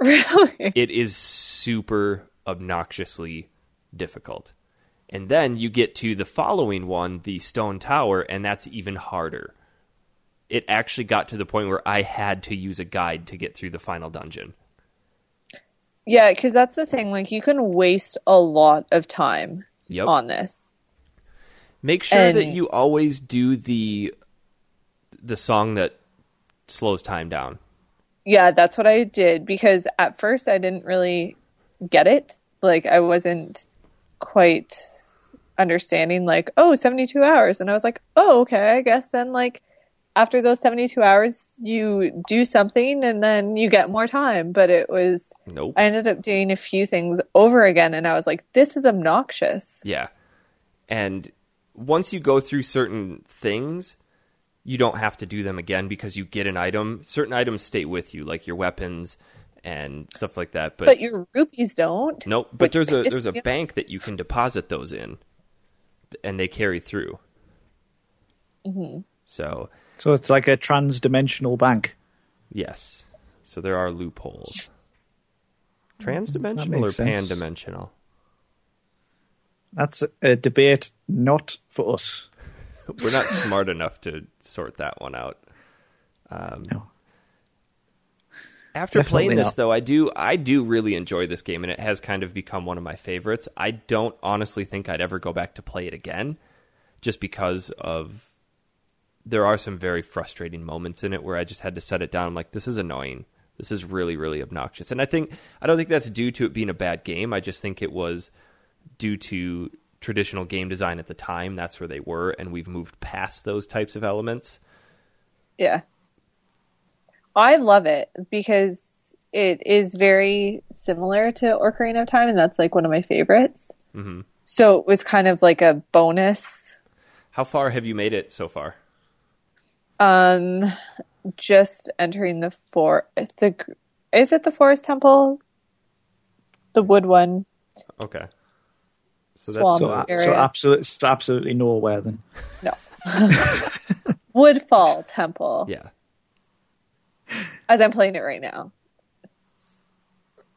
Speaker 2: Really?
Speaker 1: It is super obnoxiously difficult. And then you get to the following one, the Stone Tower, and that's even harder. It actually got to the point where I had to use a guide to get through the final dungeon.
Speaker 2: Yeah, because that's the thing. Like, you can waste a lot of time
Speaker 1: Yep.
Speaker 2: on this.
Speaker 1: Make sure that
Speaker 2: And-
Speaker 1: you always do the the song that slows time down.
Speaker 2: Yeah, that's what I did because at first I didn't really get it. Like, I wasn't quite understanding, like, oh, 72 hours. And I was like, oh, okay, I guess then, like, after those 72 hours, you do something and then you get more time. But it was,
Speaker 1: Nope.
Speaker 2: I ended up doing a few things over again and I was like, this is obnoxious.
Speaker 1: Yeah. And once you go through certain things, you don't have to do them again because you get an item. Certain items stay with you, like your weapons and stuff like that. But,
Speaker 2: But your rupees don't.
Speaker 1: nope. But
Speaker 2: which
Speaker 1: there's a
Speaker 2: pissed
Speaker 1: there's a
Speaker 2: me off.
Speaker 1: bank that you can deposit those in, and they carry through. Mm-hmm.
Speaker 2: Mm-hmm.
Speaker 1: So
Speaker 3: So it's like a trans-dimensional bank.
Speaker 1: yes, so there are loopholes. Transdimensional
Speaker 3: makes
Speaker 1: or
Speaker 3: sense.
Speaker 1: pan-dimensional?
Speaker 3: That's a debate not for us.
Speaker 1: We're not smart enough to sort that one out. Um,
Speaker 3: No.
Speaker 1: After
Speaker 3: Definitely
Speaker 1: playing this
Speaker 3: not.
Speaker 1: though, I do I do really enjoy this game and it has kind of become one of my favorites. I don't honestly think I'd ever go back to play it again just because of there are some very frustrating moments in it where I just had to set it down. I'm like, this is annoying. This is really, really obnoxious. And I think I don't think that's due to it being a bad game. I just think it was due to traditional game design at the time. That's where they were, and we've moved past those types of elements.
Speaker 2: Yeah. I love it because it is very similar to Ocarina of Time, and that's like one of my favorites. Mm-hmm. So it was kind of like a bonus,
Speaker 1: How far have you made it so far?
Speaker 2: um, just entering the for the gr- is it the Forest Temple, the wood one?
Speaker 1: Okay. So
Speaker 2: Swamp.
Speaker 3: So,
Speaker 2: Um,
Speaker 3: a- so
Speaker 2: area.
Speaker 3: absolutely, so absolutely nowhere then.
Speaker 2: No, Woodfall Temple.
Speaker 1: Yeah.
Speaker 2: As I'm playing it right now.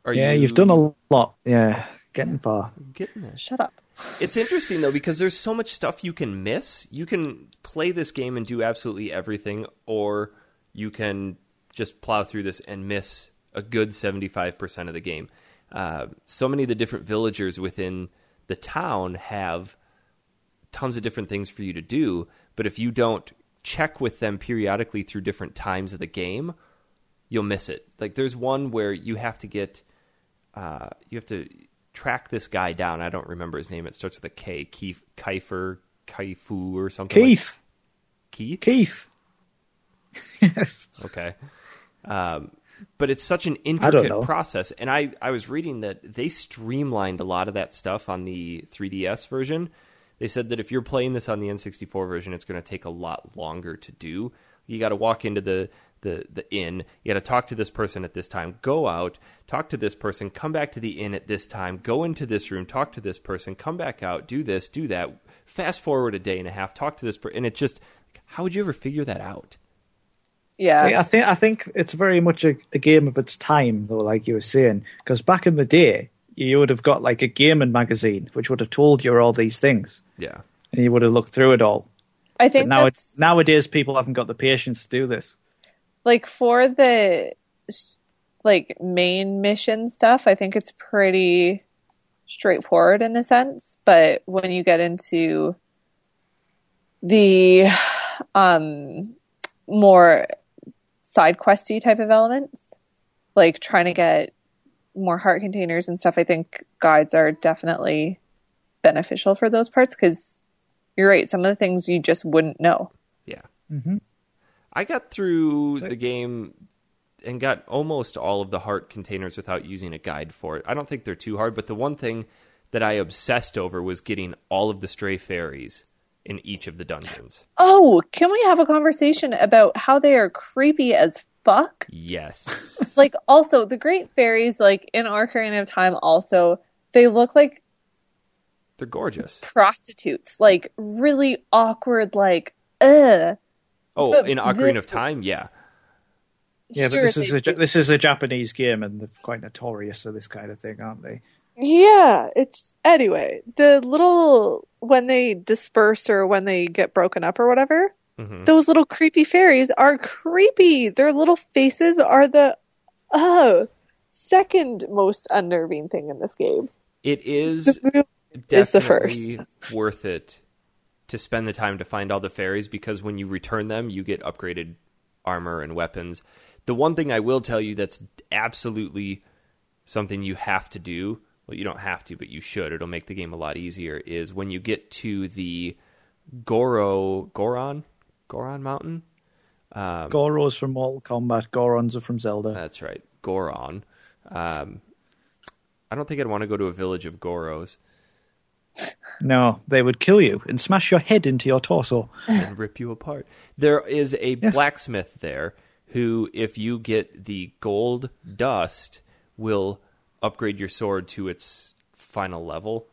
Speaker 1: Are
Speaker 3: yeah,
Speaker 1: you...
Speaker 3: you've done a lot. Yeah, getting far.
Speaker 1: Getting this.
Speaker 2: Shut up.
Speaker 1: It's interesting though because there's so much stuff you can miss. You can play this game and do absolutely everything, or you can just plow through this and miss a good 75% of the game. Uh, so many of the different villagers within the town have tons of different things for you to do, but if you don't check with them periodically through different times of the game, you'll miss it. Like there's one where you have to get uh, you have to track this guy down. I don't remember his name. It starts with a K. Keith Kiefer Kaifu or something. like-
Speaker 3: Keith,
Speaker 1: Keith.
Speaker 3: Keith. yes.
Speaker 1: Okay. Um, but it's such an
Speaker 3: don't
Speaker 1: intricate
Speaker 3: know.
Speaker 1: process. And I, I was reading that they streamlined a lot of that stuff on the 3DS version They said that if you're playing this on the N64 version, it's going to take a lot longer to do. You got to walk into the the the inn. You got to talk to this person at this time. Go out, talk to this person. Come back to the inn at this time. Go into this room, talk to this person. Come back out. Do this, do that. Fast forward a day and a half. Talk to this person, and it just how would you ever figure that out?
Speaker 2: Yeah.
Speaker 3: See, I think I think it's very much a, a game of its time, though, like you were saying, because back in the day, you would have got like a gaming magazine, which would have told you all these things,
Speaker 1: Yeah,
Speaker 3: and you would have looked through it all.
Speaker 2: I
Speaker 3: But
Speaker 2: think
Speaker 3: now,
Speaker 2: that's,
Speaker 3: nowadays, people haven't got the patience to do this.
Speaker 2: like for the s- like main mission stuff, I think it's pretty straightforward in a sense, but when you get into the um more side questy type of elements, like trying to get more heart containers and stuff, I think guides are definitely beneficial for those parts cuz you're right, some of the things you just wouldn't know.
Speaker 1: yeah.
Speaker 2: Mm-hmm.
Speaker 3: Mhm.
Speaker 1: I got through the game and got almost all of the heart containers without using a guide for it. I don't think they're too hard, but the one thing that I obsessed over was getting all of the stray fairies in each of the dungeons.
Speaker 2: Oh, can we have a conversation about how they are creepy as fuck?
Speaker 1: Yes.
Speaker 2: Like, also, the great fairies, like, in our current of time, also, they look like
Speaker 1: they're gorgeous.
Speaker 2: prostitutes. Like, really awkward, like, ugh.
Speaker 1: Oh,
Speaker 2: But
Speaker 1: in Ocarina
Speaker 2: the-
Speaker 1: of Time, yeah.
Speaker 3: Yeah,
Speaker 2: Sure,
Speaker 3: but this
Speaker 2: they
Speaker 3: is a
Speaker 2: do.
Speaker 3: Ja- this is a Japanese game, and they're quite notorious for this kind of thing, aren't they?
Speaker 2: Yeah, it's. Anyway, the little. When they disperse or when they get broken up or whatever,
Speaker 3: Mm-hmm.
Speaker 1: Mhm.
Speaker 2: those little creepy fairies are creepy. Their little faces are the. Oh. Second most unnerving thing in this game.
Speaker 1: It is
Speaker 2: is the
Speaker 1: definitely worth it to spend the time to find all the fairies because when you return them, you get upgraded armor and weapons. The one thing I will tell you that's absolutely something you have to do, well, you don't have to, but you should, it'll make the game a lot easier, is when you get to the Goro, Goron? Goron Mountain?
Speaker 3: Goro's from Mortal Kombat. Gorons are from Zelda.
Speaker 1: That's right, Goron. Um, I don't think I'd want to go to a village of Goros
Speaker 3: No, they would kill you and smash your head into your torso.
Speaker 1: and rip you apart. There is a blacksmith there who, if you get the gold dust, will upgrade your sword to its final level.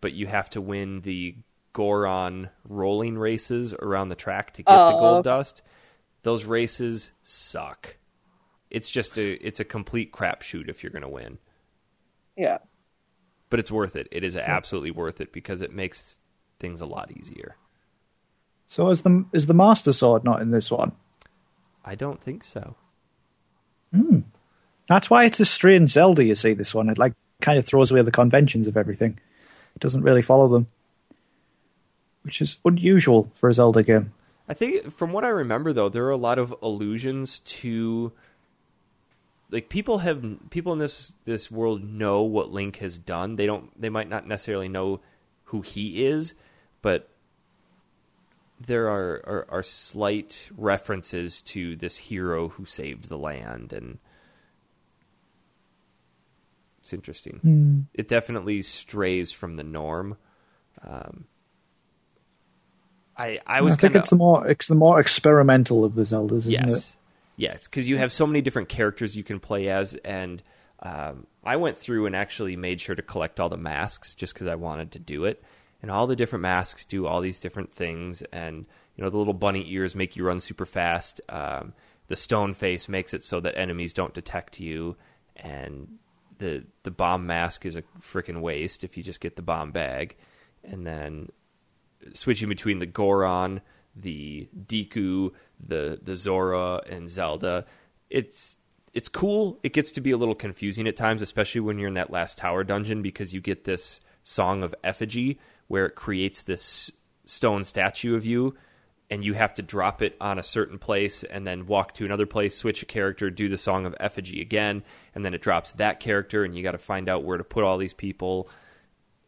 Speaker 1: But you have to win the Goron rolling races around the track to get the
Speaker 2: Oh,
Speaker 1: gold
Speaker 2: okay.
Speaker 1: dust. Those races suck. It's just a it's a complete crapshoot if you're going to win.
Speaker 2: Yeah.
Speaker 1: but it's worth it. It is absolutely worth it because it makes things a lot easier.
Speaker 3: So is the is the Master Sword not in this one?
Speaker 1: I don't think so.
Speaker 3: That's why it's a strange Zelda. You see this one, it like kind of throws away the conventions of everything. It doesn't really follow them, which is unusual for a Zelda game.
Speaker 1: I think from what I remember though, there are a lot of allusions to like people have people in this this world know what Link has done. They don't they might not necessarily know who he is, but there are, are, are slight references to this hero who saved the land and it's interesting.
Speaker 3: Hmm.
Speaker 1: It definitely strays from the norm. Um, I I was
Speaker 3: I think
Speaker 1: kind of
Speaker 3: it's the more it's the more experimental of the Zeldas, isn't
Speaker 1: yes.
Speaker 3: it?
Speaker 1: Yes, because you have so many different characters you can play as, and um, I went through and actually made sure to collect all the masks just because I wanted to do it. And all the different masks do all these different things, and you know the little bunny ears make you run super fast. Um, the stone face makes it so that enemies don't detect you, and the the bomb mask is a freaking waste if you just get the bomb bag. And then switching between the Goron, the Deku, the the Zora, and Zelda. It's it's cool. It gets to be a little confusing at times, especially when you're in that last tower dungeon because you get this song of effigy where it creates this stone statue of you and you have to drop it on a certain place and then walk to another place, switch a character, do the song of effigy again, and then it drops that character and you got to find out where to put all these people.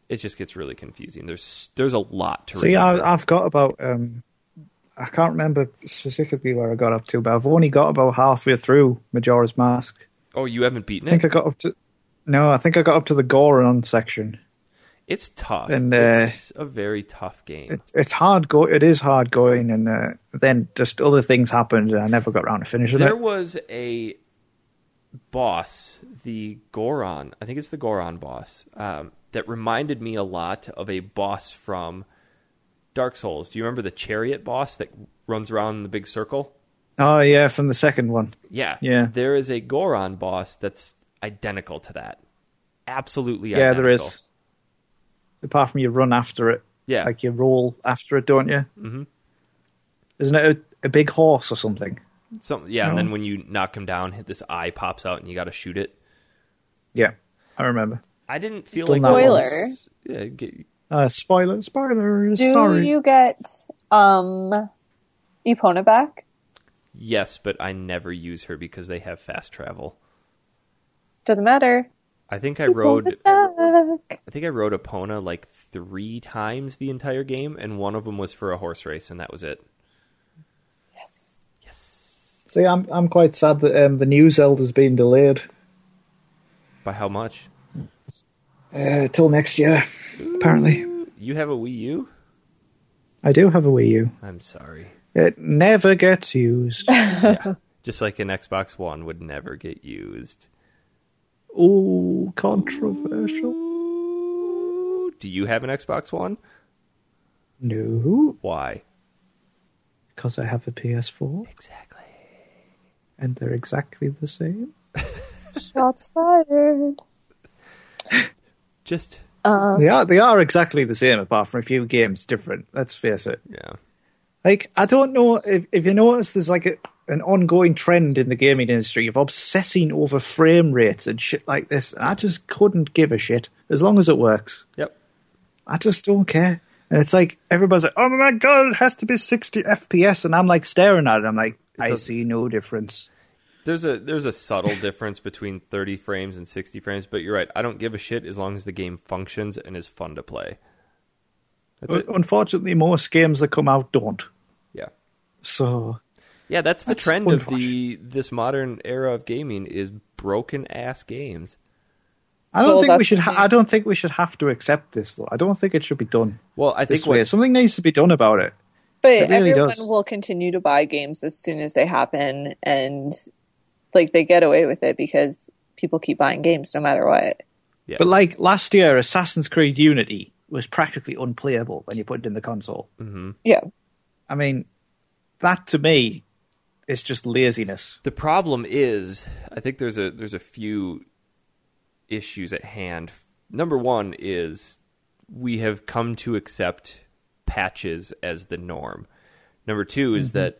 Speaker 1: It just gets really confusing. There's there's a lot to
Speaker 3: See,
Speaker 1: remember.
Speaker 3: I, I've got about um, I can't remember specifically where I got up to, but I've only got about halfway through Majora's Mask.
Speaker 1: Oh, you haven't beaten
Speaker 3: I think
Speaker 1: it?
Speaker 3: I got up to no, I think I got up to the Goron section.
Speaker 1: It's tough.
Speaker 3: And, uh,
Speaker 1: it's a very tough game.
Speaker 3: It, it's hard go. It is hard going, and uh, then just other things happened, and I never got around to finishing
Speaker 1: There
Speaker 3: it.
Speaker 1: was a boss, the Goron, I think it's the Goron boss, um, that reminded me a lot of a boss from Dark Souls. Do you remember the chariot boss that runs around in the big circle?
Speaker 3: Oh yeah, from the second one.
Speaker 1: Yeah.
Speaker 3: Yeah.
Speaker 1: There is a Goron boss that's identical to that. Absolutely
Speaker 3: Yeah,
Speaker 1: identical.
Speaker 3: there is. Apart from you run after it,
Speaker 1: Yeah.
Speaker 3: like you roll after it, don't you? Mm-hmm. Isn't it a, a big horse or something?
Speaker 1: Some, yeah, and then when you knock him down, this eye pops out and you got to shoot it.
Speaker 3: Yeah, I remember.
Speaker 1: I didn't feel
Speaker 3: Done
Speaker 1: like
Speaker 3: that
Speaker 1: there
Speaker 2: one.
Speaker 1: was- Yeah, g-
Speaker 3: Uh, spoiler, spoilers.
Speaker 2: Do
Speaker 3: sorry.
Speaker 2: you get um Epona back?
Speaker 1: yes, but I never use her because they have fast travel.
Speaker 2: Doesn't matter.
Speaker 1: I think I
Speaker 2: Epona's
Speaker 1: rode
Speaker 2: back.
Speaker 1: I think I rode Epona like 3 times the entire game and one of them was for a horse race and that was it.
Speaker 2: Yes.
Speaker 1: Yes.
Speaker 3: See, I'm I'm quite sad that um, the new Zelda's been delayed
Speaker 1: By how much?
Speaker 3: uh, till next year. Apparently,
Speaker 1: You have a Wii U?
Speaker 3: I do have a Wii U.
Speaker 1: I'm sorry.
Speaker 3: It never gets used.
Speaker 1: Just like an Xbox One would never get used.
Speaker 3: Ooh, controversial.
Speaker 1: Ooh, Do you have an Xbox One?
Speaker 3: No,
Speaker 1: Why?
Speaker 3: because I have a PS4
Speaker 1: Exactly.
Speaker 3: and they're exactly the same.
Speaker 2: Shots fired.
Speaker 1: Just
Speaker 3: They are they are exactly the same, apart from a few games different. Let's face it.
Speaker 1: yeah.
Speaker 3: Like I don't know if if you notice, there's like a, an ongoing trend in the gaming industry of obsessing over frame rates and shit like this. And I just couldn't give a shit as long as it works.
Speaker 1: Yep.
Speaker 3: I just don't care. And it's like everybody's like, "Oh my god, it has to be 60 FPS," and I'm like staring at it. I'm like, I
Speaker 1: doesn't-
Speaker 3: see no difference.
Speaker 1: There's a there's a subtle difference between 30 frames and 60 frames, but you're right. I don't give a shit as long as the game functions and is fun to play. That's it.
Speaker 3: Unfortunately, most games that come out don't.
Speaker 1: Yeah.
Speaker 3: So
Speaker 1: Yeah, that's the
Speaker 3: That's
Speaker 1: trend of
Speaker 3: wonderful.
Speaker 1: the this modern era of gaming is broken ass games.
Speaker 3: I don't
Speaker 2: Well,
Speaker 3: think we
Speaker 2: that's
Speaker 3: should.
Speaker 2: the
Speaker 3: Ha-
Speaker 2: thing.
Speaker 3: I don't think we should have to accept this though. I don't think it should be done
Speaker 1: Well, I
Speaker 3: this
Speaker 1: think
Speaker 3: way.
Speaker 1: what
Speaker 3: Something needs to be done about it. It
Speaker 2: But
Speaker 3: really
Speaker 2: everyone
Speaker 3: does.
Speaker 2: will continue to buy games as soon as they happen and like they get away with it because people keep buying games no matter what.
Speaker 1: Yeah.
Speaker 3: But like last year, Assassin's Creed Unity was practically unplayable when you put it in the console.
Speaker 2: Yeah.
Speaker 3: I mean, that to me is just laziness.
Speaker 1: The problem is, I think there's a there's a few issues at hand. Number one is we have come to accept patches as the norm. Number 2 is that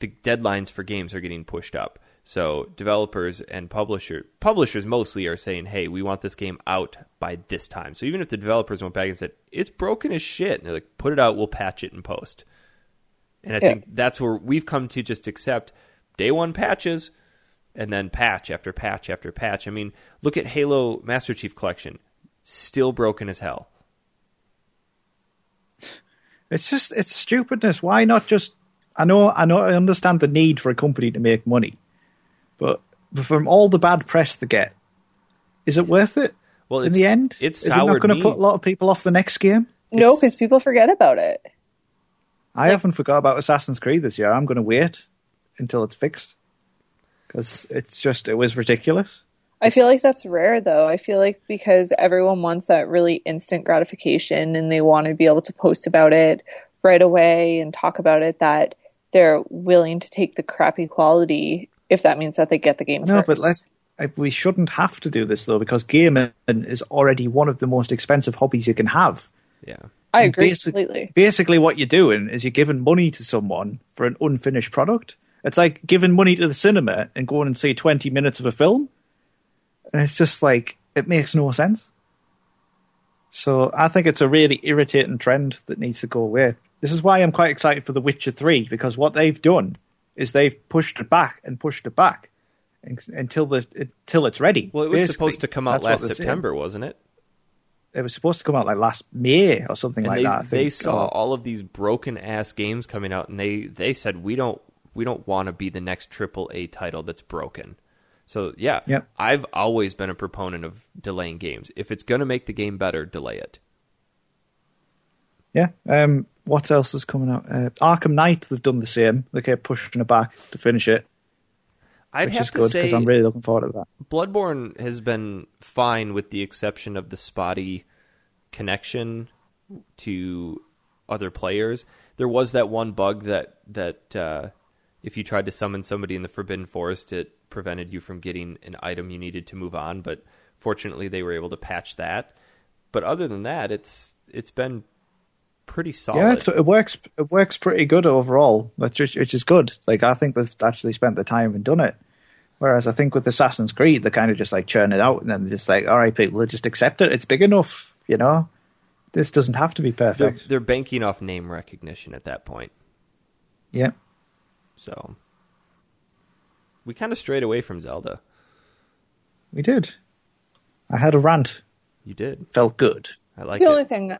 Speaker 1: the deadlines for games are getting pushed up. So developers and publisher publishers mostly are saying, "Hey, we want this game out by this time." So even if the developers went back and said it's broken as shit, and they're like, "Put it out, we'll patch it in post." And I
Speaker 2: Yeah.
Speaker 1: think that's where we've come to just accept day one patches and then patch after patch after patch. I mean, look at Halo Master Chief Collection. Still broken as hell.
Speaker 3: It's just it's stupidness. Why not just? I know, I know, I understand the need for a company to make money, but from all the bad press they get, is it worth it?
Speaker 1: Well,
Speaker 3: in
Speaker 1: it's-
Speaker 3: the end,
Speaker 1: it's
Speaker 3: is it not
Speaker 1: soured
Speaker 3: going
Speaker 1: me.
Speaker 3: to put a lot of people off the next game?
Speaker 2: No,
Speaker 1: It's-
Speaker 2: because people forget about it.
Speaker 3: I haven't forgot about Assassin's Creed this year. I'm going to wait until it's fixed because it's just it was ridiculous.
Speaker 2: I feel like that's rare though. I feel like because everyone wants that really instant gratification and they want to be able to post about it right away and talk about it that they're willing to take the crappy quality if that means that they get the game
Speaker 3: No,
Speaker 2: first.
Speaker 3: but let's. I- We shouldn't have to do this though, because gaming is already one of the most expensive hobbies you can have.
Speaker 1: Yeah.
Speaker 2: I agree
Speaker 3: basic-
Speaker 2: completely.
Speaker 3: Basically, what you're doing is you're giving money to someone for an unfinished product. It's like giving money to the cinema and going and see 20 minutes of a film. And it's just like, it makes no sense. So I think it's a really irritating trend that needs to go away. This is why I'm quite excited for The Witcher 3, because what they've done is they've pushed it back and pushed it back un- until the until it's ready.
Speaker 1: Well, it was
Speaker 3: basically.
Speaker 1: supposed to come out
Speaker 3: That's what
Speaker 1: last
Speaker 3: they're saying.
Speaker 1: September, wasn't it?
Speaker 3: It was supposed to come out like last May or something
Speaker 1: And
Speaker 3: like
Speaker 1: they,
Speaker 3: that. I think.
Speaker 1: they saw
Speaker 3: Or-
Speaker 1: all of these broken ass games coming out, and they, they said we don't we don't want to be the next triple A title that's broken. So yeah,
Speaker 3: Yep.
Speaker 1: I've always been a proponent of delaying games. If it's going to make the game better, delay it.
Speaker 3: Yeah. Um, what else is coming out? Uh, Arkham Knight, they've done the same. They kept pushing it back to finish it,
Speaker 1: I'd
Speaker 3: which
Speaker 1: have
Speaker 3: is
Speaker 1: to
Speaker 3: good
Speaker 1: say
Speaker 3: because I'm really looking forward to that.
Speaker 1: Bloodborne has been fine with the exception of the spotty connection to other players. There was that one bug that that uh, if you tried to summon somebody in the Forbidden Forest, it prevented you from getting an item you needed to move on. But fortunately, they were able to patch that. But other than that, it's it's been pretty solid.
Speaker 3: Yeah, it's, it works. It works pretty good overall, which is, which is good. It's Like I think they've actually spent the time and done it. Whereas I think with Assassin's Creed, they kind of just like churn it out, and then they're just like, all right, people, just accept it. It's big enough, you know. This doesn't have to be
Speaker 1: they're,
Speaker 3: perfect.
Speaker 1: they're banking off name recognition at that point.
Speaker 3: yeah,
Speaker 1: So we kind of strayed away from Zelda.
Speaker 3: we did. I had a rant.
Speaker 1: You did.
Speaker 3: Felt good.
Speaker 1: I like
Speaker 2: the
Speaker 1: it.
Speaker 2: only thing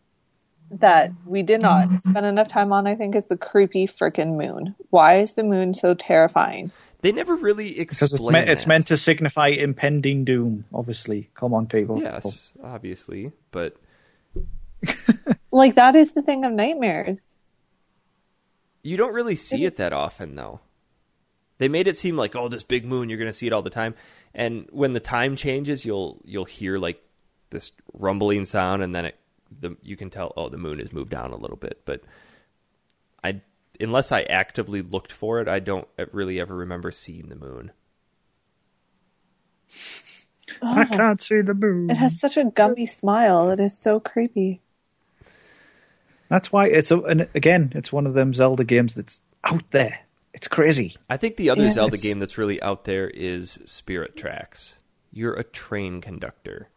Speaker 2: that we did not spend enough time on, I think, is the creepy frickin' moon. Why is the moon so terrifying?
Speaker 1: They never really explain.
Speaker 3: Because it's meant, it's
Speaker 1: that.
Speaker 3: meant to signify impending doom. Obviously, come on, people.
Speaker 1: Yes, obviously, but
Speaker 2: Like that is the thing of nightmares.
Speaker 1: you don't really see it that often, though. They made it seem like, oh, this big moon, you're going to see it all the time, and when the time changes, you'll you'll hear like this rumbling sound, and then it the you can tell, oh, the moon has moved down a little bit. But I, unless I actively looked for it, I don't uh, really ever remember seeing the moon.
Speaker 3: Oh, I can't see the moon.
Speaker 2: It has such a gummy smile. It is so creepy.
Speaker 3: That's why it's a, and again, it's one of them Zelda games that's out there. It's crazy.
Speaker 1: I think the other
Speaker 2: Yeah.
Speaker 1: Zelda
Speaker 3: It's-
Speaker 1: game that's really out there is Spirit Tracks. You're a train conductor.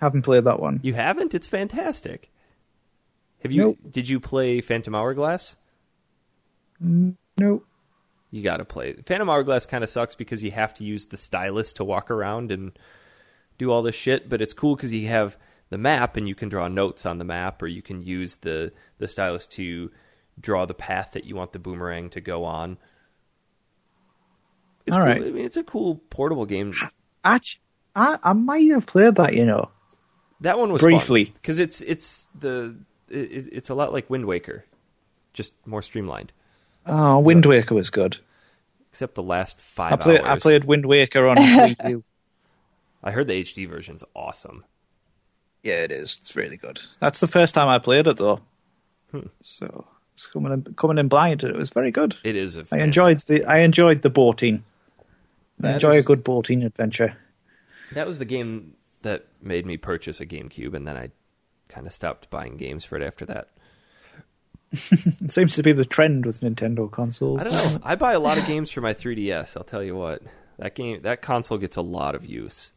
Speaker 3: Haven't played that one.
Speaker 1: You haven't? It's fantastic. Have you?
Speaker 3: Nope.
Speaker 1: Did you play Phantom Hourglass?
Speaker 3: No.
Speaker 1: You got to play. it. Phantom Hourglass kind of sucks because you have to use the stylus to walk around and do all this shit. But it's cool because you have the map and you can draw notes on the map, or you can use the the stylus to draw the path that you want the boomerang to go on. It's
Speaker 3: All
Speaker 1: cool.
Speaker 3: right.
Speaker 1: I mean, it's a cool portable game.
Speaker 3: Actually, I, I might have played that, you know.
Speaker 1: That one was
Speaker 3: Briefly.
Speaker 1: because it's it's the it, it's a lot like Wind Waker, just more streamlined.
Speaker 3: Oh, Wind Waker was good.
Speaker 1: except the last five
Speaker 3: I played,
Speaker 1: hours.
Speaker 3: I played Wind Waker on Wii U.
Speaker 1: I heard the HD version's awesome.
Speaker 3: Yeah, it is. It's really good. That's the first time I played it, though. So it's coming in, coming in blind, and it was very good.
Speaker 1: It is. A
Speaker 3: I enjoyed the I enjoyed the boating. I
Speaker 1: That
Speaker 3: enjoy
Speaker 1: is-
Speaker 3: a good boating adventure.
Speaker 1: That was the game that made me purchase a GameCube, and then I kind of stopped buying games for it after that.
Speaker 3: It seems to be the trend with Nintendo consoles.
Speaker 1: I don't know. I buy a lot of games for my 3DS. I'll tell you what. That game, that console gets a lot of use.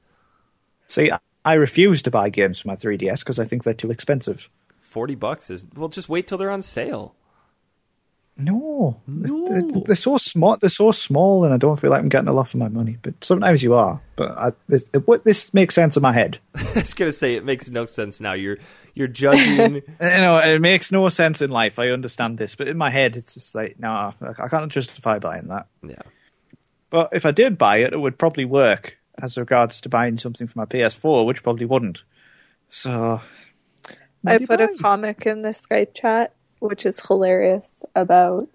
Speaker 3: See, I- I refuse to buy games for my 3DS because I think they're too expensive.
Speaker 1: Forty bucks is well. Just wait till they're on sale.
Speaker 3: No,
Speaker 1: No.
Speaker 3: They're, they're so small. They're so small, and I don't feel like I'm getting a lot for my money. But sometimes you are. But I, this, it, what, this makes sense in my head.
Speaker 1: I was gonna say it makes no sense now. You're you're judging.
Speaker 3: You know, it makes no sense in life. I understand this, but in my head, it's just like, no, I I can't justify buying that.
Speaker 1: yeah.
Speaker 3: But if I did buy it, it would probably work as regards to buying something for my PS4, which probably wouldn't. So,
Speaker 2: I
Speaker 3: Maybe
Speaker 2: put a
Speaker 3: buy.
Speaker 2: comic in the Skype chat, which is hilarious about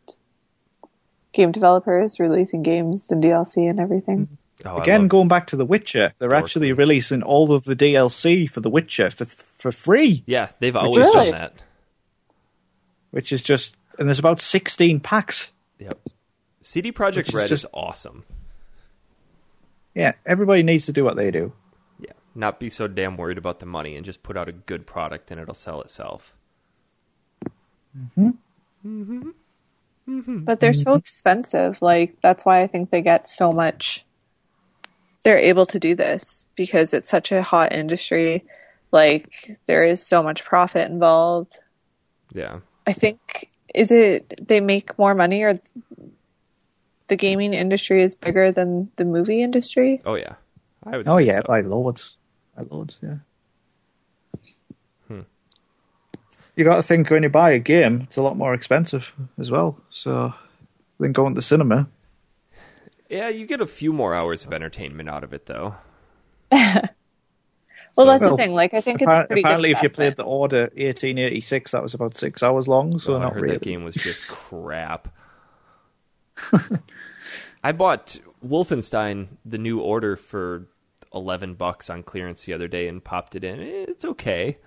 Speaker 2: game developers releasing games and DLC and everything.
Speaker 1: Oh, I
Speaker 3: Again,
Speaker 1: love-
Speaker 3: going back to The Witcher, they're
Speaker 1: Dork.
Speaker 3: actually releasing all of the DLC for The Witcher for for free,
Speaker 1: yeah, they've always
Speaker 2: Really?
Speaker 1: done that.
Speaker 3: which is just and there's about sixteen packs.
Speaker 1: Yep. CD Projekt
Speaker 3: Which is
Speaker 1: Red is
Speaker 3: just-
Speaker 1: awesome.
Speaker 3: Yeah, everybody needs to do what they do.
Speaker 1: Yeah, not be so damn worried about the money and just put out a good product and it'll sell itself.
Speaker 3: Mm-hmm.
Speaker 2: But they're so expensive. Like that's why I think they get so much. They're able to do this because it's such a hot industry. Like there is so much profit involved.
Speaker 1: Yeah.
Speaker 2: I think is it they make more money or the gaming industry is bigger than the movie industry?
Speaker 1: Oh yeah. I would.
Speaker 3: Oh
Speaker 1: say
Speaker 3: yeah,
Speaker 1: so.
Speaker 3: by lords, by lords, yeah.
Speaker 1: Hmm.
Speaker 3: You got to think when you buy a game, it's a lot more expensive as well. So, than going to the cinema.
Speaker 1: Yeah, you get a few more hours of entertainment out of it, though.
Speaker 2: Well,
Speaker 1: So-
Speaker 2: that's the
Speaker 3: Well,
Speaker 2: thing. Like, I think it's a
Speaker 3: Appar-
Speaker 2: pretty
Speaker 3: apparently,
Speaker 2: good
Speaker 3: if you played
Speaker 2: investment.
Speaker 3: the Order 1886, that was about six hours long, so
Speaker 1: Oh, I
Speaker 3: not
Speaker 1: heard
Speaker 3: really.
Speaker 1: that game was just crap. I bought Wolfenstein: The New Order for eleven bucks on clearance the other day and popped it in. It's okay.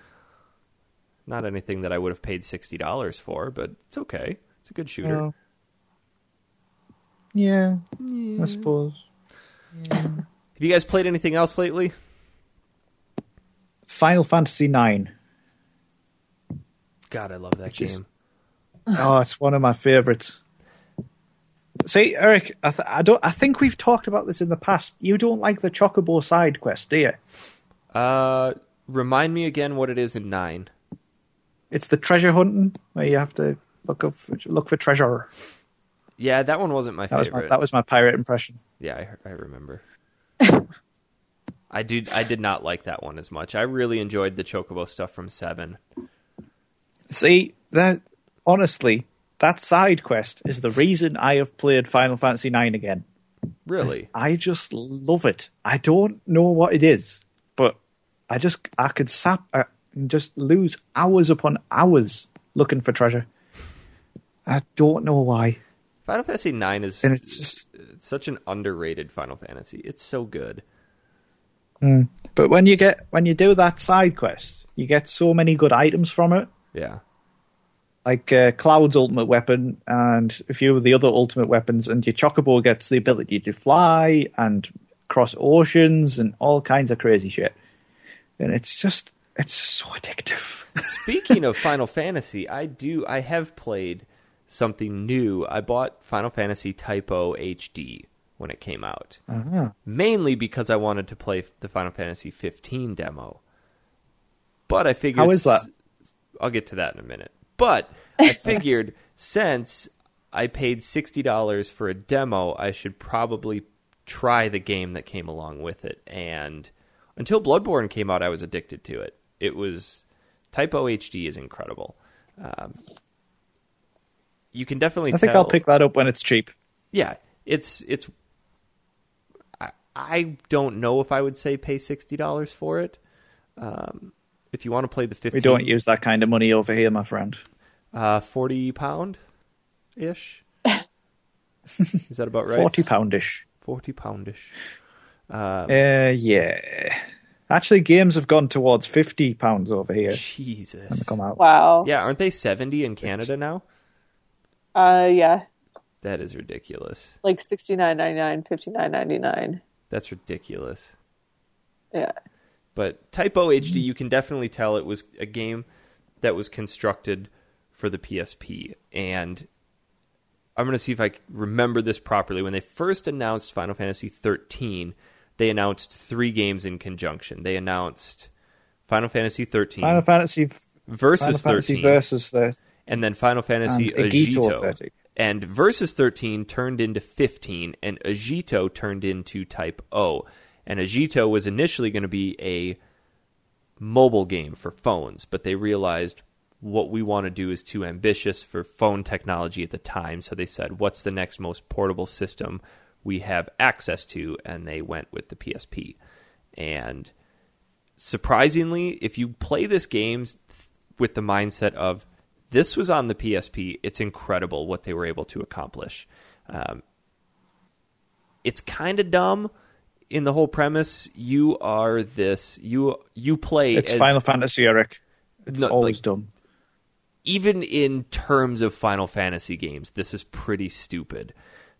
Speaker 1: Not anything that I would have paid sixty dollars for, but it's okay. It's a good shooter.
Speaker 3: No. Yeah, I suppose.
Speaker 1: Have you guys played anything else lately?
Speaker 3: Final Fantasy Nine.
Speaker 1: God, I love that
Speaker 3: Just-
Speaker 1: game.
Speaker 3: oh, it's one of my favorites. See, Eric, I, th- I don't. I think we've talked about this in the past. You don't like the Chocobo side quest, do you?
Speaker 1: Uh, remind me again what it is in nine.
Speaker 3: It's the treasure hunting where you have to look up, look for treasure.
Speaker 1: Yeah, that one wasn't my
Speaker 3: That was
Speaker 1: favorite.
Speaker 3: my, that was my pirate impression.
Speaker 1: Yeah, I, I remember. I do. I did not like that one as much. I really enjoyed the Chocobo stuff from Seven.
Speaker 3: See that honestly, that side quest is the reason I have played Final Fantasy Nine again.
Speaker 1: Really,
Speaker 3: I just love it. I don't know what it is, but I just I could sap uh, and just lose hours upon hours looking for treasure. I don't know why,
Speaker 1: Final Fantasy Nine is
Speaker 3: and it's just.
Speaker 1: it's such an underrated Final Fantasy. It's so good.
Speaker 3: But when you get when you do that side quest, you get so many good items from it,
Speaker 1: Yeah,
Speaker 3: like uh, Cloud's ultimate weapon and a few of the other ultimate weapons, and your Chocobo gets the ability to fly and cross oceans and all kinds of crazy shit. And it's just it's just so addictive.
Speaker 1: Speaking of Final Fantasy, I do I have played something new. I bought Final Fantasy Typo HD when it came out.
Speaker 3: Uh-huh.
Speaker 1: Mainly because I wanted to play the Final Fantasy 15 demo. But I figured
Speaker 3: How is that?
Speaker 1: I'll get to that in a minute. But I figured since I paid $60 for a demo, I should probably try the game that came along with it. And until Bloodborne came out, I was addicted to it. It was Typo HD is incredible. Um, you can definitely
Speaker 3: I think
Speaker 1: tell-
Speaker 3: I'll pick that up when it's cheap.
Speaker 1: yeah, it's it's. I, I don't know if I would say pay sixty dollars for it. Um, if you want to play the fifteen,
Speaker 3: We don't use that kind of money over here, my friend.
Speaker 1: uh, forty pound ish. Is that about right?
Speaker 3: Forty poundish.
Speaker 1: Forty poundish. Um,
Speaker 3: Uh, yeah. Actually, games have gone towards fifty pounds over here. when
Speaker 1: Jesus.
Speaker 3: they Come out.
Speaker 2: Wow.
Speaker 1: Yeah, aren't they seventy in Canada now?
Speaker 2: Uh, yeah.
Speaker 1: That is ridiculous.
Speaker 2: Like sixty nine ninety nine, fifty nine ninety nine.
Speaker 1: That's ridiculous.
Speaker 2: Yeah.
Speaker 1: But Typo
Speaker 3: Mm.
Speaker 1: HD, you can definitely tell it was a game that was constructed for the PSP. And I'm going to see if I c- remember this properly. When they first announced Final Fantasy 13, they announced three games in conjunction. They announced Final Fantasy 13
Speaker 3: Final Fantasy Final
Speaker 1: versus
Speaker 3: Fantasy
Speaker 1: 13,
Speaker 3: versus the
Speaker 1: and then Final Fantasy
Speaker 3: And Agito
Speaker 1: Agito.
Speaker 3: 13.
Speaker 1: And versus 13 turned into 15, and Agito turned into Type O. And Agito was initially going to be a mobile game for phones, but they realized what we want to do is too ambitious for phone technology at the time. So they said, what's the next most portable system we have access to? And they went with the PSP. And surprisingly, if you play this game s- with the mindset of this was on the PSP, it's incredible what they were able to accomplish. Um, it's kind of dumb in the whole premise. You are this. You you play
Speaker 3: It's
Speaker 1: as
Speaker 3: Final Fantasy, Eric. It's
Speaker 1: No,
Speaker 3: always
Speaker 1: like-
Speaker 3: dumb.
Speaker 1: even in terms of Final Fantasy games, this is pretty stupid.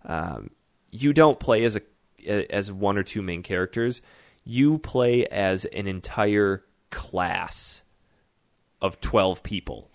Speaker 1: Um, you don't play as a as one or two main characters. You play as an entire class of twelve people,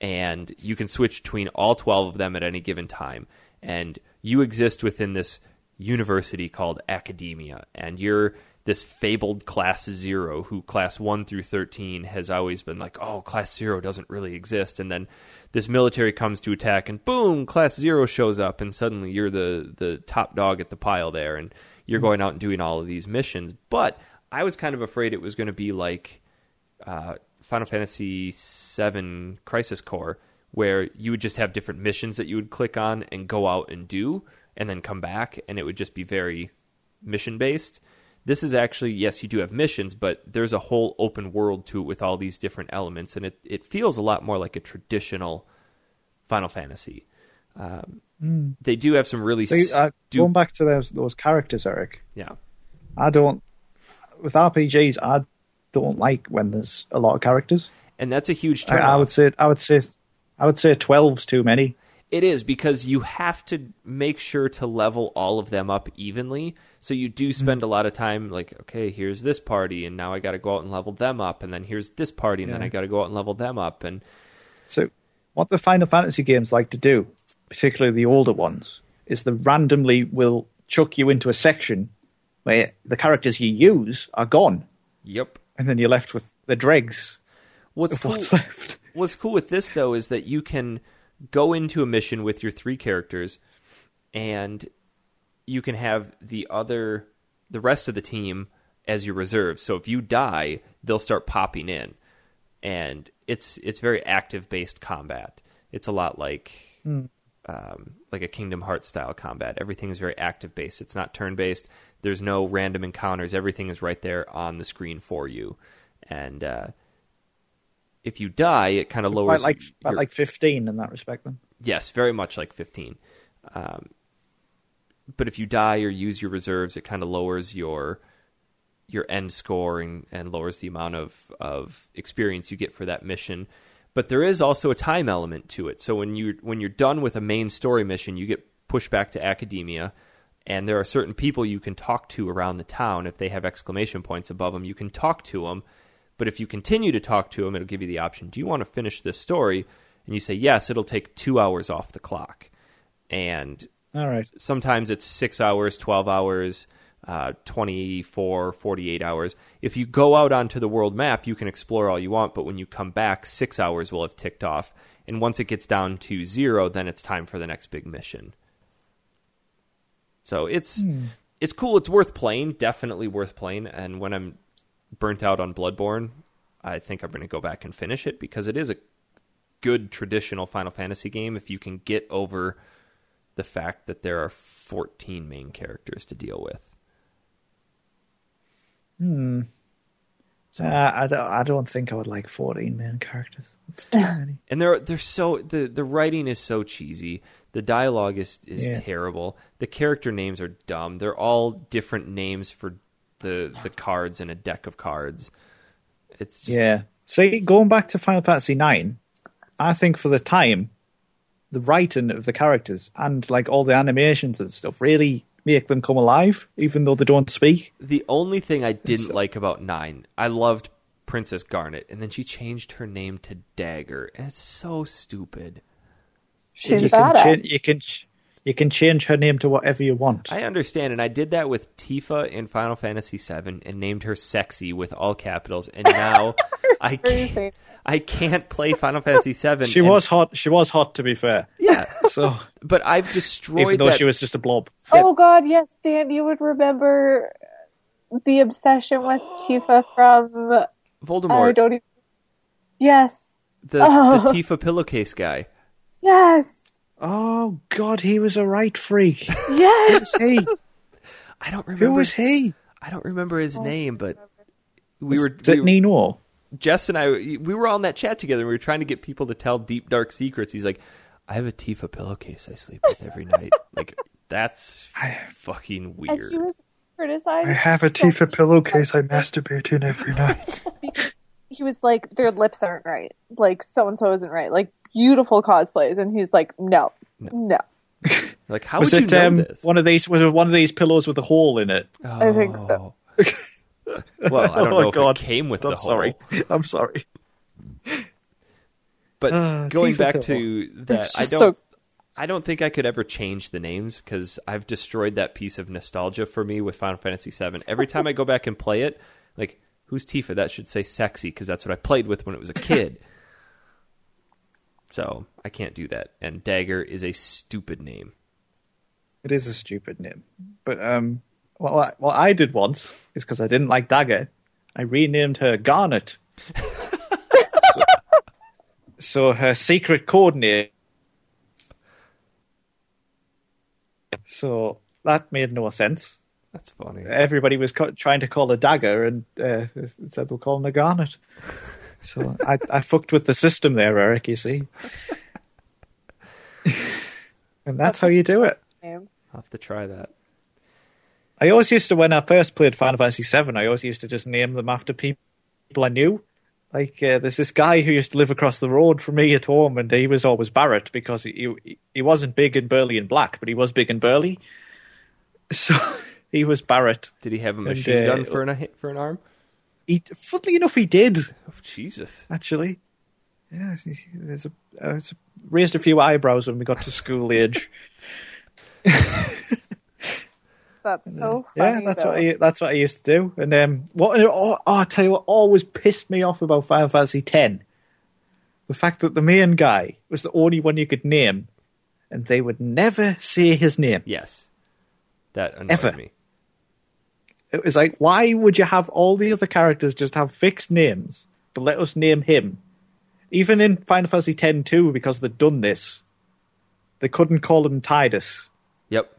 Speaker 1: and you can switch between all twelve of them at any given time. And you exist within this university called Academia, and you're this fabled class zero who class 1 through 13 has always been like oh class zero doesn't really exist and then this military comes to attack and boom class zero shows up and suddenly you're the the top dog at the pile there and you're going out and doing all of these missions but i was kind of afraid it was going to be like uh, Final Fantasy VII Crisis Core, where you would just have different missions that you would click on and go out and do, and then come back, and it would just be very mission based. This is actually yes, you do have missions, but there's a whole open world to it with all these different elements, and it it feels a lot more like a traditional Final Fantasy. Um, They do have some really
Speaker 3: Hmm. So, you- uh,
Speaker 1: stu-
Speaker 3: going back to those those characters, Eric.
Speaker 1: yeah
Speaker 3: I don't with RPGs. I don't like when there's a lot of characters.
Speaker 1: and that's a huge
Speaker 3: I,
Speaker 1: turn
Speaker 3: I would say I would say I would say twelve's too many.
Speaker 1: It is because you have to make sure to level all of them up evenly. So you do spend a lot of time like, okay, here's this party, and now I got to go out and level them up, and then here's this party, and then
Speaker 3: Yeah.
Speaker 1: I got to go out and level them up, and
Speaker 3: So, what the Final Fantasy games like to do, particularly the older ones, is they randomly will chuck you into a section where the characters you use are gone,
Speaker 1: yep.
Speaker 3: and then you're left with the dregs
Speaker 1: What's
Speaker 3: of
Speaker 1: cool,
Speaker 3: what's left.
Speaker 1: what's cool with this though is that you can go into a mission with your three characters, and you can have the other, the rest of the team as your reserves. So if you die, they'll start popping in, and it's it's very active based combat. It's a lot like um, like a Kingdom Hearts style combat. Everything is very active based. It's not turn based. There's no random encounters. Everything is right there on the screen for you, and uh, if you die, it kind of lowers.
Speaker 3: Quite like quite
Speaker 1: your-
Speaker 3: like fifteen in that respect. Then
Speaker 1: yes, very much like fifteen. Um, but if you die or use your reserves, it kind of lowers your your end score and, and lowers the amount of, of experience you get for that mission. But there is also a time element to it. So when you when you're done with a main story mission, you get pushed back to academia, and there are certain people you can talk to around the town. If they have exclamation points above them, you can talk to them. But if you continue to talk to them, it'll give you the option: Do you want to finish this story? And you say yes. It'll take two hours off the clock, and
Speaker 3: all right,
Speaker 1: sometimes it's six hours, 12 hours, uh, 24, 48 hours. If you go out onto the world map, you can explore all you want, but when you come back, six hours will have ticked off. And once it gets down to zero, then it's time for the next big mission. So it's it's cool. It's worth playing. Definitely worth playing. And when I'm burnt out on Bloodborne, I think I'm going to go back and finish it because it is a good traditional Final Fantasy game. If you can get over the fact that there are 14 main characters to deal with.
Speaker 3: uh, I don't I don't think I would like fourteen man characters. It's too many.
Speaker 1: And they're they're so the the writing is so cheesy. The dialogue is is
Speaker 3: Yeah.
Speaker 1: terrible. The character names are dumb. They're all different names for the the cards in a deck of cards. It's just
Speaker 3: Yeah. See, going back to Final Fantasy Nine, I think for the time, the writing of the characters and like all the animations and stuff really make them come alive, even though they don't speak.
Speaker 1: the only thing I didn't
Speaker 3: So-
Speaker 1: like about 9. I loved Princess Garnet and then she changed her name to Dagger. And it's so stupid.
Speaker 2: She's
Speaker 3: you, can
Speaker 2: badass.
Speaker 3: cha- you can ch- you can change her name to whatever you want.
Speaker 1: I understand, and I did that with Tifa in Final Fantasy VII, and named her sexy with all capitals, and now I can't,
Speaker 2: Crazy.
Speaker 1: I can't play Final Fantasy VII.
Speaker 3: she
Speaker 1: and-
Speaker 3: was hot. She was hot, to be fair.
Speaker 1: yeah,
Speaker 3: So
Speaker 1: but I've destroyed
Speaker 3: even though
Speaker 1: that.
Speaker 3: she was just a blob,
Speaker 2: Oh God, yes, Dan, you would remember the obsession with Tifa from I
Speaker 1: Voldemort,
Speaker 2: don't even. Yes,
Speaker 1: the, the
Speaker 2: Oh.
Speaker 1: Tifa pillowcase guy.
Speaker 2: yes,
Speaker 3: oh god, he was a right freak.
Speaker 2: yes.
Speaker 3: Who's he?
Speaker 1: I don't remember.
Speaker 3: Who was he?
Speaker 1: I don't remember his name, but we
Speaker 3: Was-
Speaker 1: were,
Speaker 3: Did
Speaker 1: we were
Speaker 3: Nino?
Speaker 1: Jess and I. We were on that chat together. and We were trying to get people to tell deep dark secrets. He's like, I have a Tifa pillowcase I sleep with every night. Like that's fucking weird.
Speaker 2: and she was criticized.
Speaker 4: I have a
Speaker 2: so
Speaker 4: Tifa
Speaker 2: much
Speaker 4: pillowcase I masturbate in every night.
Speaker 2: because He was like, their lips aren't right. Like so and so isn't right. Like beautiful cosplays, and he's like, no, no.
Speaker 1: Like how
Speaker 3: Was
Speaker 1: would
Speaker 3: it
Speaker 1: you know
Speaker 3: um,
Speaker 1: this?
Speaker 3: one of these? Was it one of these pillows with a hole in it?
Speaker 2: I think so.
Speaker 1: Oh. well, I don't
Speaker 3: Oh,
Speaker 1: know if
Speaker 3: God.
Speaker 1: it came with
Speaker 3: I'm
Speaker 1: the whole.
Speaker 3: sorry. I'm sorry.
Speaker 1: But
Speaker 3: Ah,
Speaker 1: going
Speaker 3: Tifa
Speaker 1: back
Speaker 3: pillow.
Speaker 1: to that,
Speaker 2: It's
Speaker 1: I
Speaker 2: just
Speaker 1: don't.
Speaker 2: so-
Speaker 1: I don't think I could ever change the names because I've destroyed that piece of nostalgia for me with Final Fantasy VII. Every time I go back and play it, like, who's Tifa? That should say sexy because that's what I played with when it was a kid. so I can't do that. And Dagger is a stupid name.
Speaker 3: It is a stupid name, but um, what what, what I did once is because I didn't like Dagger, I renamed her Garnet. so, so her secret code name. So that made no sense.
Speaker 1: That's funny.
Speaker 3: Everybody was co- trying to call a dagger, and uh, it said they'll call him a garnet. So I, I fucked with the system there, Eric. You see, and that's how you do it.
Speaker 1: I'll have to try that.
Speaker 3: I always used to, when I first played Final Fantasy VII, I always used to just name them after peop- people I knew. Like, uh, there's this guy who used to live across the road from me at home, and he was always Barrett because he he, he wasn't big and burly and black, but he was big and burly. So he was Barrett.
Speaker 1: Did he have a
Speaker 3: And,
Speaker 1: machine
Speaker 3: uh,
Speaker 1: gun for an for an arm?
Speaker 3: He, funnily enough, he did
Speaker 1: Oh, Jesus.
Speaker 3: actually. Yeah, it's- it's- there's a, I was- raised a few eyebrows when we got to school age.
Speaker 2: That's so
Speaker 3: Yeah,
Speaker 2: funny,
Speaker 3: that's
Speaker 2: though.
Speaker 3: what I, that's what I used to do. And um, what oh, oh, I tell you what always pissed me off about Final Fantasy X, the fact that the main guy was the only one you could name, and they would never say his name.
Speaker 1: Yes. That annoyed
Speaker 3: Ever.
Speaker 1: me.
Speaker 3: It was like, why would you have all the other characters just have fixed names, but let us name him? Even in Final Fantasy X too, because they'd done this, they couldn't call him Tidus
Speaker 1: Yep.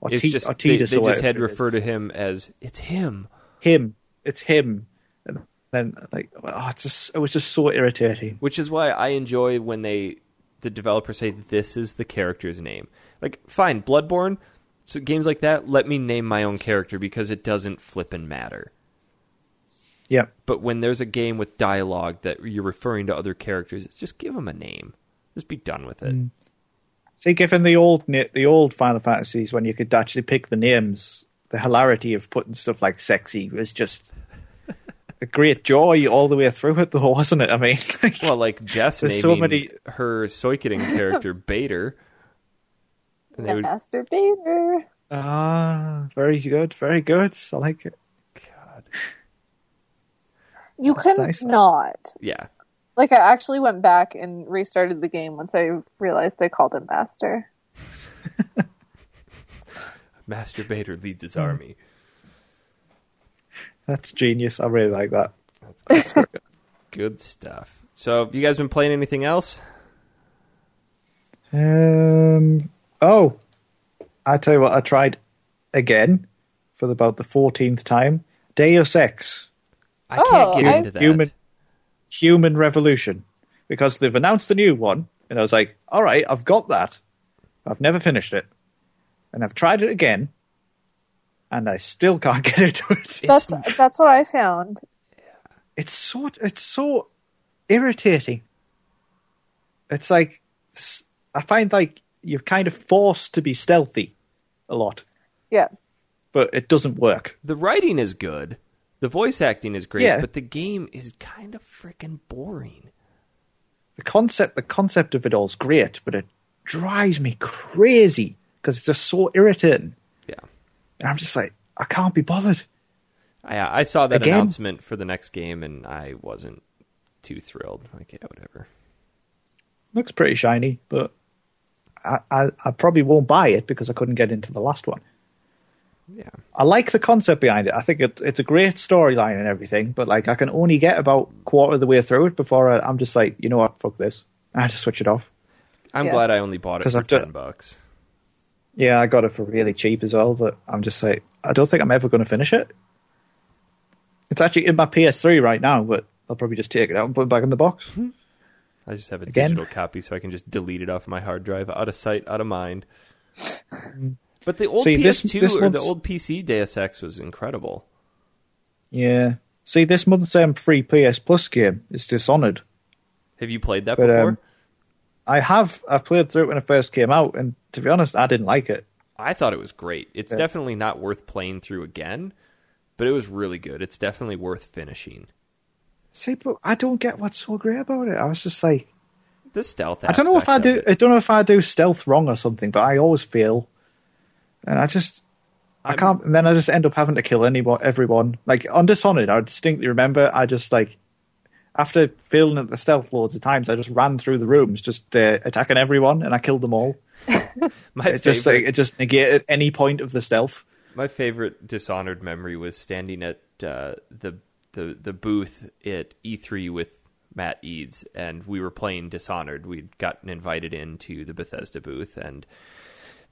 Speaker 3: or,
Speaker 1: It's
Speaker 3: T-
Speaker 1: just
Speaker 3: or
Speaker 1: they,
Speaker 3: Tidus.
Speaker 1: they
Speaker 3: or
Speaker 1: just
Speaker 3: whatever
Speaker 1: had
Speaker 3: it is.
Speaker 1: refer to him as it's him.
Speaker 3: him. It's him. And then like, oh, it's just it was just so irritating.
Speaker 1: Which is why I enjoy when they the developers say this is the character's name. Like fine, Bloodborne, so games like that, let me name my own character because it doesn't flippin' matter.
Speaker 3: Yeah,
Speaker 1: But when there's a game with dialogue that you're referring to other characters, just give them a name. Just be done with it.
Speaker 3: Mm. see, given the old na- the old Final Fantasies when you could actually pick the names, the hilarity of putting stuff like "sexy" was just a great joy all the way through it, though, wasn't it? I mean, like,
Speaker 1: Well, like Jess naming
Speaker 3: There's so many-
Speaker 1: her Soikiting character Bader. And they would,
Speaker 2: Masturbator.
Speaker 3: ah, very good, very good. I like it.
Speaker 2: You can
Speaker 3: That's nice.
Speaker 2: not.
Speaker 1: yeah,
Speaker 2: Like I actually went back and restarted the game once I realized they called him master.
Speaker 1: Master Bader leads
Speaker 3: Mm.
Speaker 1: his army.
Speaker 3: That's genius. I really like that.
Speaker 1: Good stuff. So, have you guys been playing anything else?
Speaker 3: Um. Oh, I tell you what. I tried again for about the fourteenth time. Deus Ex
Speaker 1: I can't
Speaker 2: Oh,
Speaker 1: get
Speaker 2: I-
Speaker 1: into that.
Speaker 3: Human- Human Revolution because they've announced the new one, and I was like, "All right, I've got that. I've never finished it, and I've tried it again, and I still can't get into it.
Speaker 1: It's-
Speaker 2: That's that's what I found.
Speaker 3: it's so it's so irritating. It's like s- I find like you're kind of forced to be stealthy a lot,
Speaker 2: Yeah.
Speaker 3: but it doesn't work.
Speaker 1: the writing is good, the voice acting is great,
Speaker 3: Yeah.
Speaker 1: but the game is kind of freaking boring.
Speaker 3: The concept the concept of it all is great, but it drives me crazy because it's just so irritating.
Speaker 1: Yeah,
Speaker 3: And I'm just like, I can't be bothered.
Speaker 1: I, I saw that
Speaker 3: Again?
Speaker 1: announcement for the next game, and I wasn't too thrilled. Like, yeah, whatever.
Speaker 3: Looks pretty shiny, but I, I, I probably won't buy it because I couldn't get into the last one.
Speaker 1: Yeah,
Speaker 3: I like the concept behind it. I think it, it's a great storyline and everything, but like I can only get about quarter of the way through it before I, I'm just like, you know what, fuck this. I had to switch it off.
Speaker 1: I'm
Speaker 2: Yeah.
Speaker 1: glad I only bought it
Speaker 3: 'Cause
Speaker 1: for
Speaker 3: I've done-
Speaker 1: ten bucks.
Speaker 3: Yeah, I got it for really cheap as well, but I'm just like, I don't think I'm ever going to finish it. It's actually in my PS3 right now, but I'll probably just take it out and put it back in the box.
Speaker 1: I just have a
Speaker 3: Again?
Speaker 1: digital copy, so I can just delete it off my hard drive, out of sight, out of mind. But the old
Speaker 3: See, this-
Speaker 1: PS2
Speaker 3: this
Speaker 1: or the
Speaker 3: one's-
Speaker 1: old PC Deus Ex was incredible.
Speaker 3: Yeah. See, this month's um, free PS Plus game is Dishonored.
Speaker 1: Have you played that
Speaker 3: But,
Speaker 1: before?
Speaker 3: um, I have, I played through it when it first came out, and to be honest, I didn't like it.
Speaker 1: I thought it was great. It's definitely not worth playing through again, but it was really good. It's definitely worth finishing.
Speaker 3: See, but I don't get what's so great about it. I was just like,
Speaker 1: The stealth.
Speaker 3: I don't know if I
Speaker 1: aspect
Speaker 3: do.
Speaker 1: of it.
Speaker 3: I don't know if I do stealth wrong or something, but I always fail, and I just I'm... I
Speaker 1: I'm-
Speaker 3: can not And then I just end up having to kill anyone, everyone. Like on Dishonored, I distinctly remember I just like after failing at the stealth loads of times, I just ran through the rooms, just uh, attacking everyone, and I killed them all.
Speaker 1: My
Speaker 3: It just
Speaker 1: favorite-
Speaker 3: like it just negated any point of the stealth.
Speaker 1: My favorite Dishonored memory was standing at uh, the the the booth at E3 with Matt Eads, and we were playing Dishonored. We'd gotten invited into the Bethesda booth, and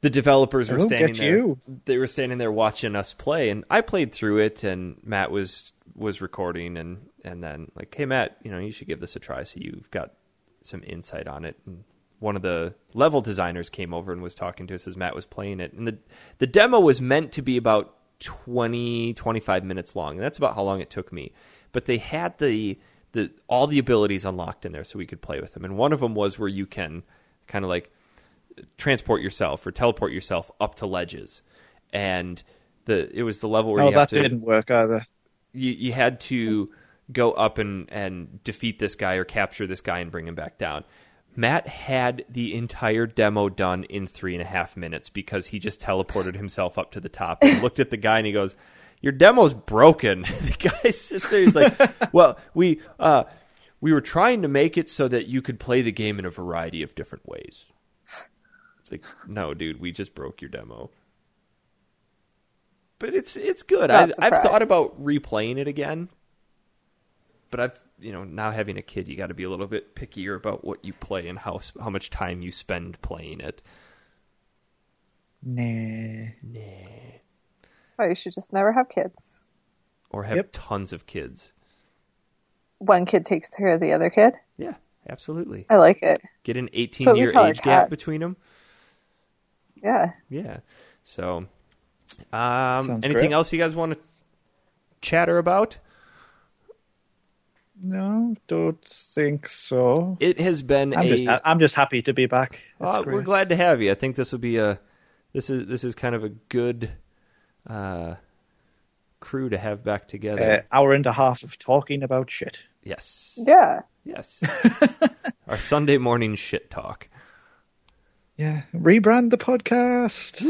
Speaker 1: the developers were
Speaker 3: They'll
Speaker 1: standing
Speaker 3: get
Speaker 1: there.
Speaker 3: you.
Speaker 1: They were standing there watching us play, and I played through it, and Matt was was recording, and and then like, hey Matt, you know, you should give this a try, so you've got some insight on it. And one of the level designers came over and was talking to us as Matt was playing it, and the the demo was meant to be about 20, 25 minutes long, and that's about how long it took me. But they had the the all the abilities unlocked in there, so we could play with them, and one of them was where you can kind of like transport yourself or teleport yourself up to ledges. And the it was the level where
Speaker 3: No,
Speaker 1: you have
Speaker 3: Oh, that
Speaker 1: to
Speaker 3: didn't work either.
Speaker 1: you, you had to go up and, and defeat this guy or capture this guy and bring him back down. Matt had the entire demo done in three and a half minutes because he just teleported himself up to the top and looked at the guy and he goes, Your demo's broken. the guy sits there, he's like, Well, we uh we were trying to make it so that you could play the game in a variety of different ways. It's like, no, dude, we just broke your demo. But it's it's good. I,
Speaker 2: Not
Speaker 1: I've thought
Speaker 2: surprised.
Speaker 1: about replaying it again, but I've you know now having a kid, you got to be a little bit pickier about what you play and how s- how much time you spend playing it.
Speaker 3: Nah.
Speaker 2: That's why you should just never have kids.
Speaker 1: Or have
Speaker 3: Yep.
Speaker 1: tons of kids.
Speaker 2: One kid takes care of the other kid.
Speaker 1: Yeah, absolutely.
Speaker 2: I like it.
Speaker 1: Get an eighteen
Speaker 2: So we
Speaker 1: year
Speaker 2: tell our
Speaker 1: age gap
Speaker 2: cats.
Speaker 1: between them.
Speaker 2: Yeah.
Speaker 1: Yeah. So, um, anything
Speaker 3: Sounds great.
Speaker 1: else you guys want to chatter about?
Speaker 3: No, don't think so.
Speaker 1: It has been
Speaker 3: I'm
Speaker 1: a.
Speaker 3: just ha- I'm just happy to be back. It's
Speaker 1: Uh, we're
Speaker 3: great.
Speaker 1: glad to have you. I think this will be a this is this is kind of a good uh, crew to have back
Speaker 3: Uh,
Speaker 1: together.
Speaker 3: hour and a half of talking about shit.
Speaker 1: yes,
Speaker 2: Yeah.
Speaker 1: yes. Our Sunday morning shit talk.
Speaker 3: Yeah, rebrand the podcast.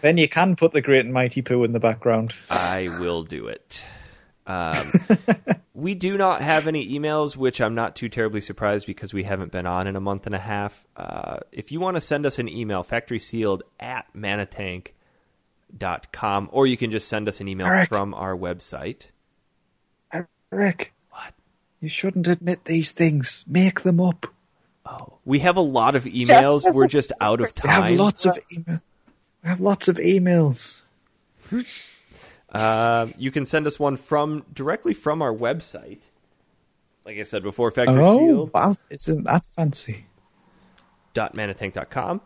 Speaker 3: Then you can put the great and mighty poo in the background.
Speaker 1: I will do it. Um, we do not have any emails, which I'm not too terribly surprised because we haven't been on in a month and a half. Uh, if you want to send us an email, factorysealed at manatank.com, or you can just send us an email
Speaker 3: Eric.
Speaker 1: from our website.
Speaker 3: Rick,
Speaker 1: What?
Speaker 3: You shouldn't admit these things. Make them up.
Speaker 1: We have a lot of emails.
Speaker 2: Jeff-
Speaker 1: We're just out of
Speaker 3: We have
Speaker 1: time.
Speaker 3: lots of email. We have lots of emails.
Speaker 1: Uh, you can send us one from directly from our website. Like I said before, factory
Speaker 3: Oh,
Speaker 1: sealed
Speaker 3: wow! Isn't that fancy?
Speaker 1: dot manatank.com.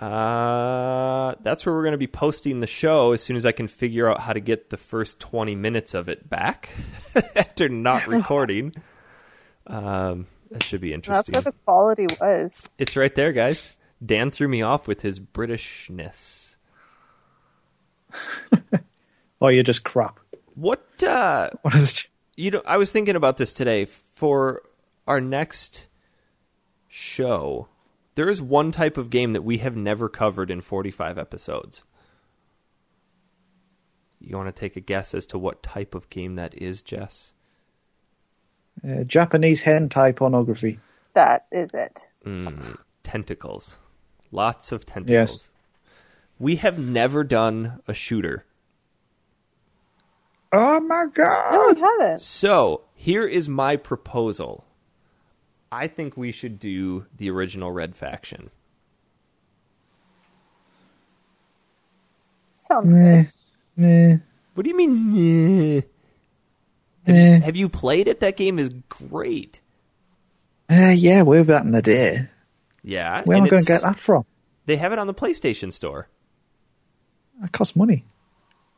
Speaker 1: Uh, that's where we're going to be posting the show as soon as I can figure out how to get the first 20 minutes of it back after not recording. Um, that should be
Speaker 2: That's
Speaker 1: interesting.
Speaker 2: what the quality was.
Speaker 1: It's right there, guys. Dan threw me off with his Britishness.
Speaker 3: Or Oh, you're just crap.
Speaker 1: What, uh,
Speaker 3: What is it?
Speaker 1: you know i was thinking about this today for our next show there is one type of game that we have never covered in 45 episodes you want to take a guess as to what type of game that is jess
Speaker 3: Uh, Japanese hentai pornography.
Speaker 2: That is it.
Speaker 1: tentacles lots of tentacles we have never done a shooter
Speaker 3: Oh my god!
Speaker 2: No, we haven't.
Speaker 1: So here is my proposal. I think we should do the original Red Faction.
Speaker 2: Sounds
Speaker 3: Meh,
Speaker 2: good.
Speaker 3: meh,
Speaker 1: What do you mean? "Nah"?
Speaker 3: meh.
Speaker 1: Have you played it? That game is great.
Speaker 3: Uh, yeah, we're back in the day.
Speaker 1: Yeah.
Speaker 3: Where am
Speaker 1: and
Speaker 3: I going
Speaker 1: it's-
Speaker 3: to get that from?
Speaker 1: They have it on the PlayStation Store.
Speaker 3: That costs money.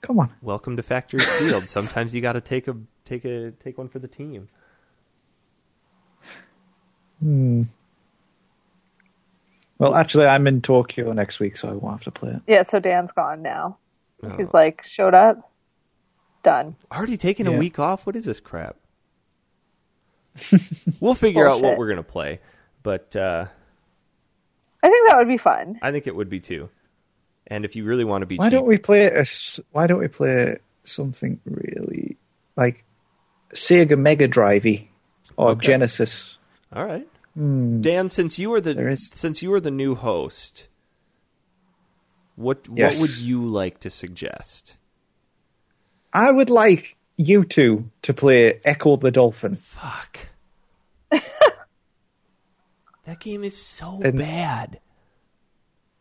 Speaker 3: Come on.
Speaker 1: Welcome to Factory Field. Sometimes you got to take a take a take one for the team.
Speaker 3: Well, actually, I'm in Tokyo next week, so I won't have to play it.
Speaker 2: Yeah, so Dan's gone now. He's
Speaker 1: Oh.
Speaker 2: like, showed up, done.
Speaker 1: Already taking a
Speaker 3: Yeah.
Speaker 1: week off. What is this crap? we'll figure out what
Speaker 2: Bullshit.
Speaker 1: we're gonna play, but uh,
Speaker 2: I think that would be fun.
Speaker 1: I think it would be too. And if you really want to be
Speaker 3: Why
Speaker 1: cheap,
Speaker 3: don't we play a? s- Why don't we play something really like Sega Mega Drivey or Genesis?
Speaker 1: all right, Dan. Since you are
Speaker 3: Hmm. There
Speaker 1: the
Speaker 3: is-
Speaker 1: since you are the new host, what
Speaker 3: Yes.
Speaker 1: what would you like to suggest?
Speaker 3: I would like you two to play Echo the Dolphin.
Speaker 1: Fuck. that game is so
Speaker 3: And-
Speaker 1: bad.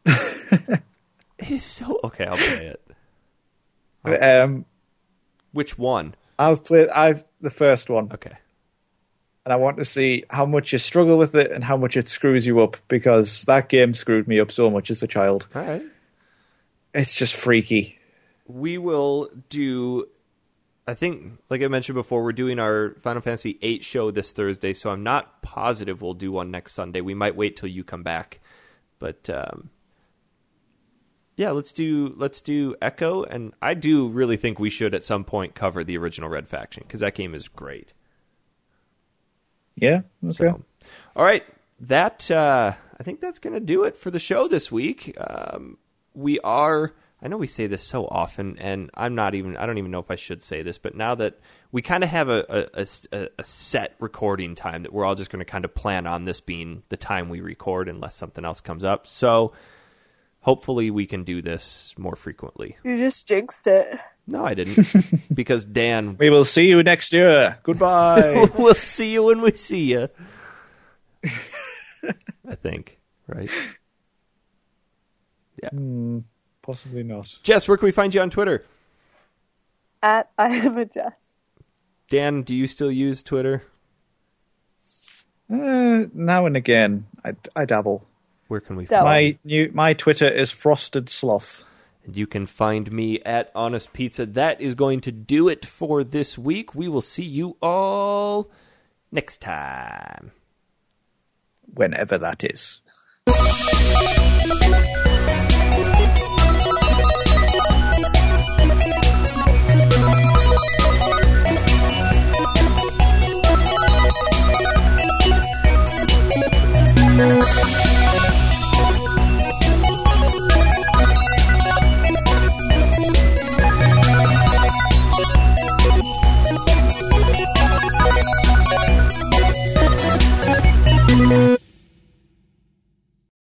Speaker 1: It is so okay. I'll play it.
Speaker 3: But, um,
Speaker 1: Which one?
Speaker 3: I've played I've the first one,
Speaker 1: Okay.
Speaker 3: and I want to see how much you struggle with it and how much it screws you up because that game screwed me up so much as a child.
Speaker 1: All right.
Speaker 3: It's just freaky.
Speaker 1: we will do i think like i mentioned before we're doing our final fantasy 8 show this thursday so i'm not positive we'll do one next sunday we might wait till you come back but um yeah let's do let's do echo and i do really think we should at some point cover the original red faction because that game is great
Speaker 3: Yeah.
Speaker 1: so,
Speaker 3: Okay.
Speaker 1: all right, that uh, I think that's going to do it for the show this week. Um, we are. I know we say this so often, and I'm not even. I don't even know if I should say this, but now that we kind of have a, a- a s- a- a set recording time that we're all just going to kind of plan on this being the time we record, unless something else comes up. So. Hopefully, we can do this more frequently.
Speaker 2: You just jinxed it.
Speaker 1: No, I didn't, because Dan
Speaker 3: We will see you next year. Goodbye.
Speaker 1: we'll see you when we see you. I think, right?
Speaker 3: Possibly not.
Speaker 1: Jess, where can we find you on Twitter?
Speaker 2: At I am a Jess.
Speaker 1: Dan, do you still use Twitter?
Speaker 3: Uh, now and again, I, I dabble.
Speaker 1: Where can we
Speaker 2: Don't.
Speaker 1: find
Speaker 3: My new my Twitter is frosted sloth.
Speaker 1: And you can find me at Honest Pizza. That is going to do it for this week. We will see you all next time.
Speaker 3: whenever that is.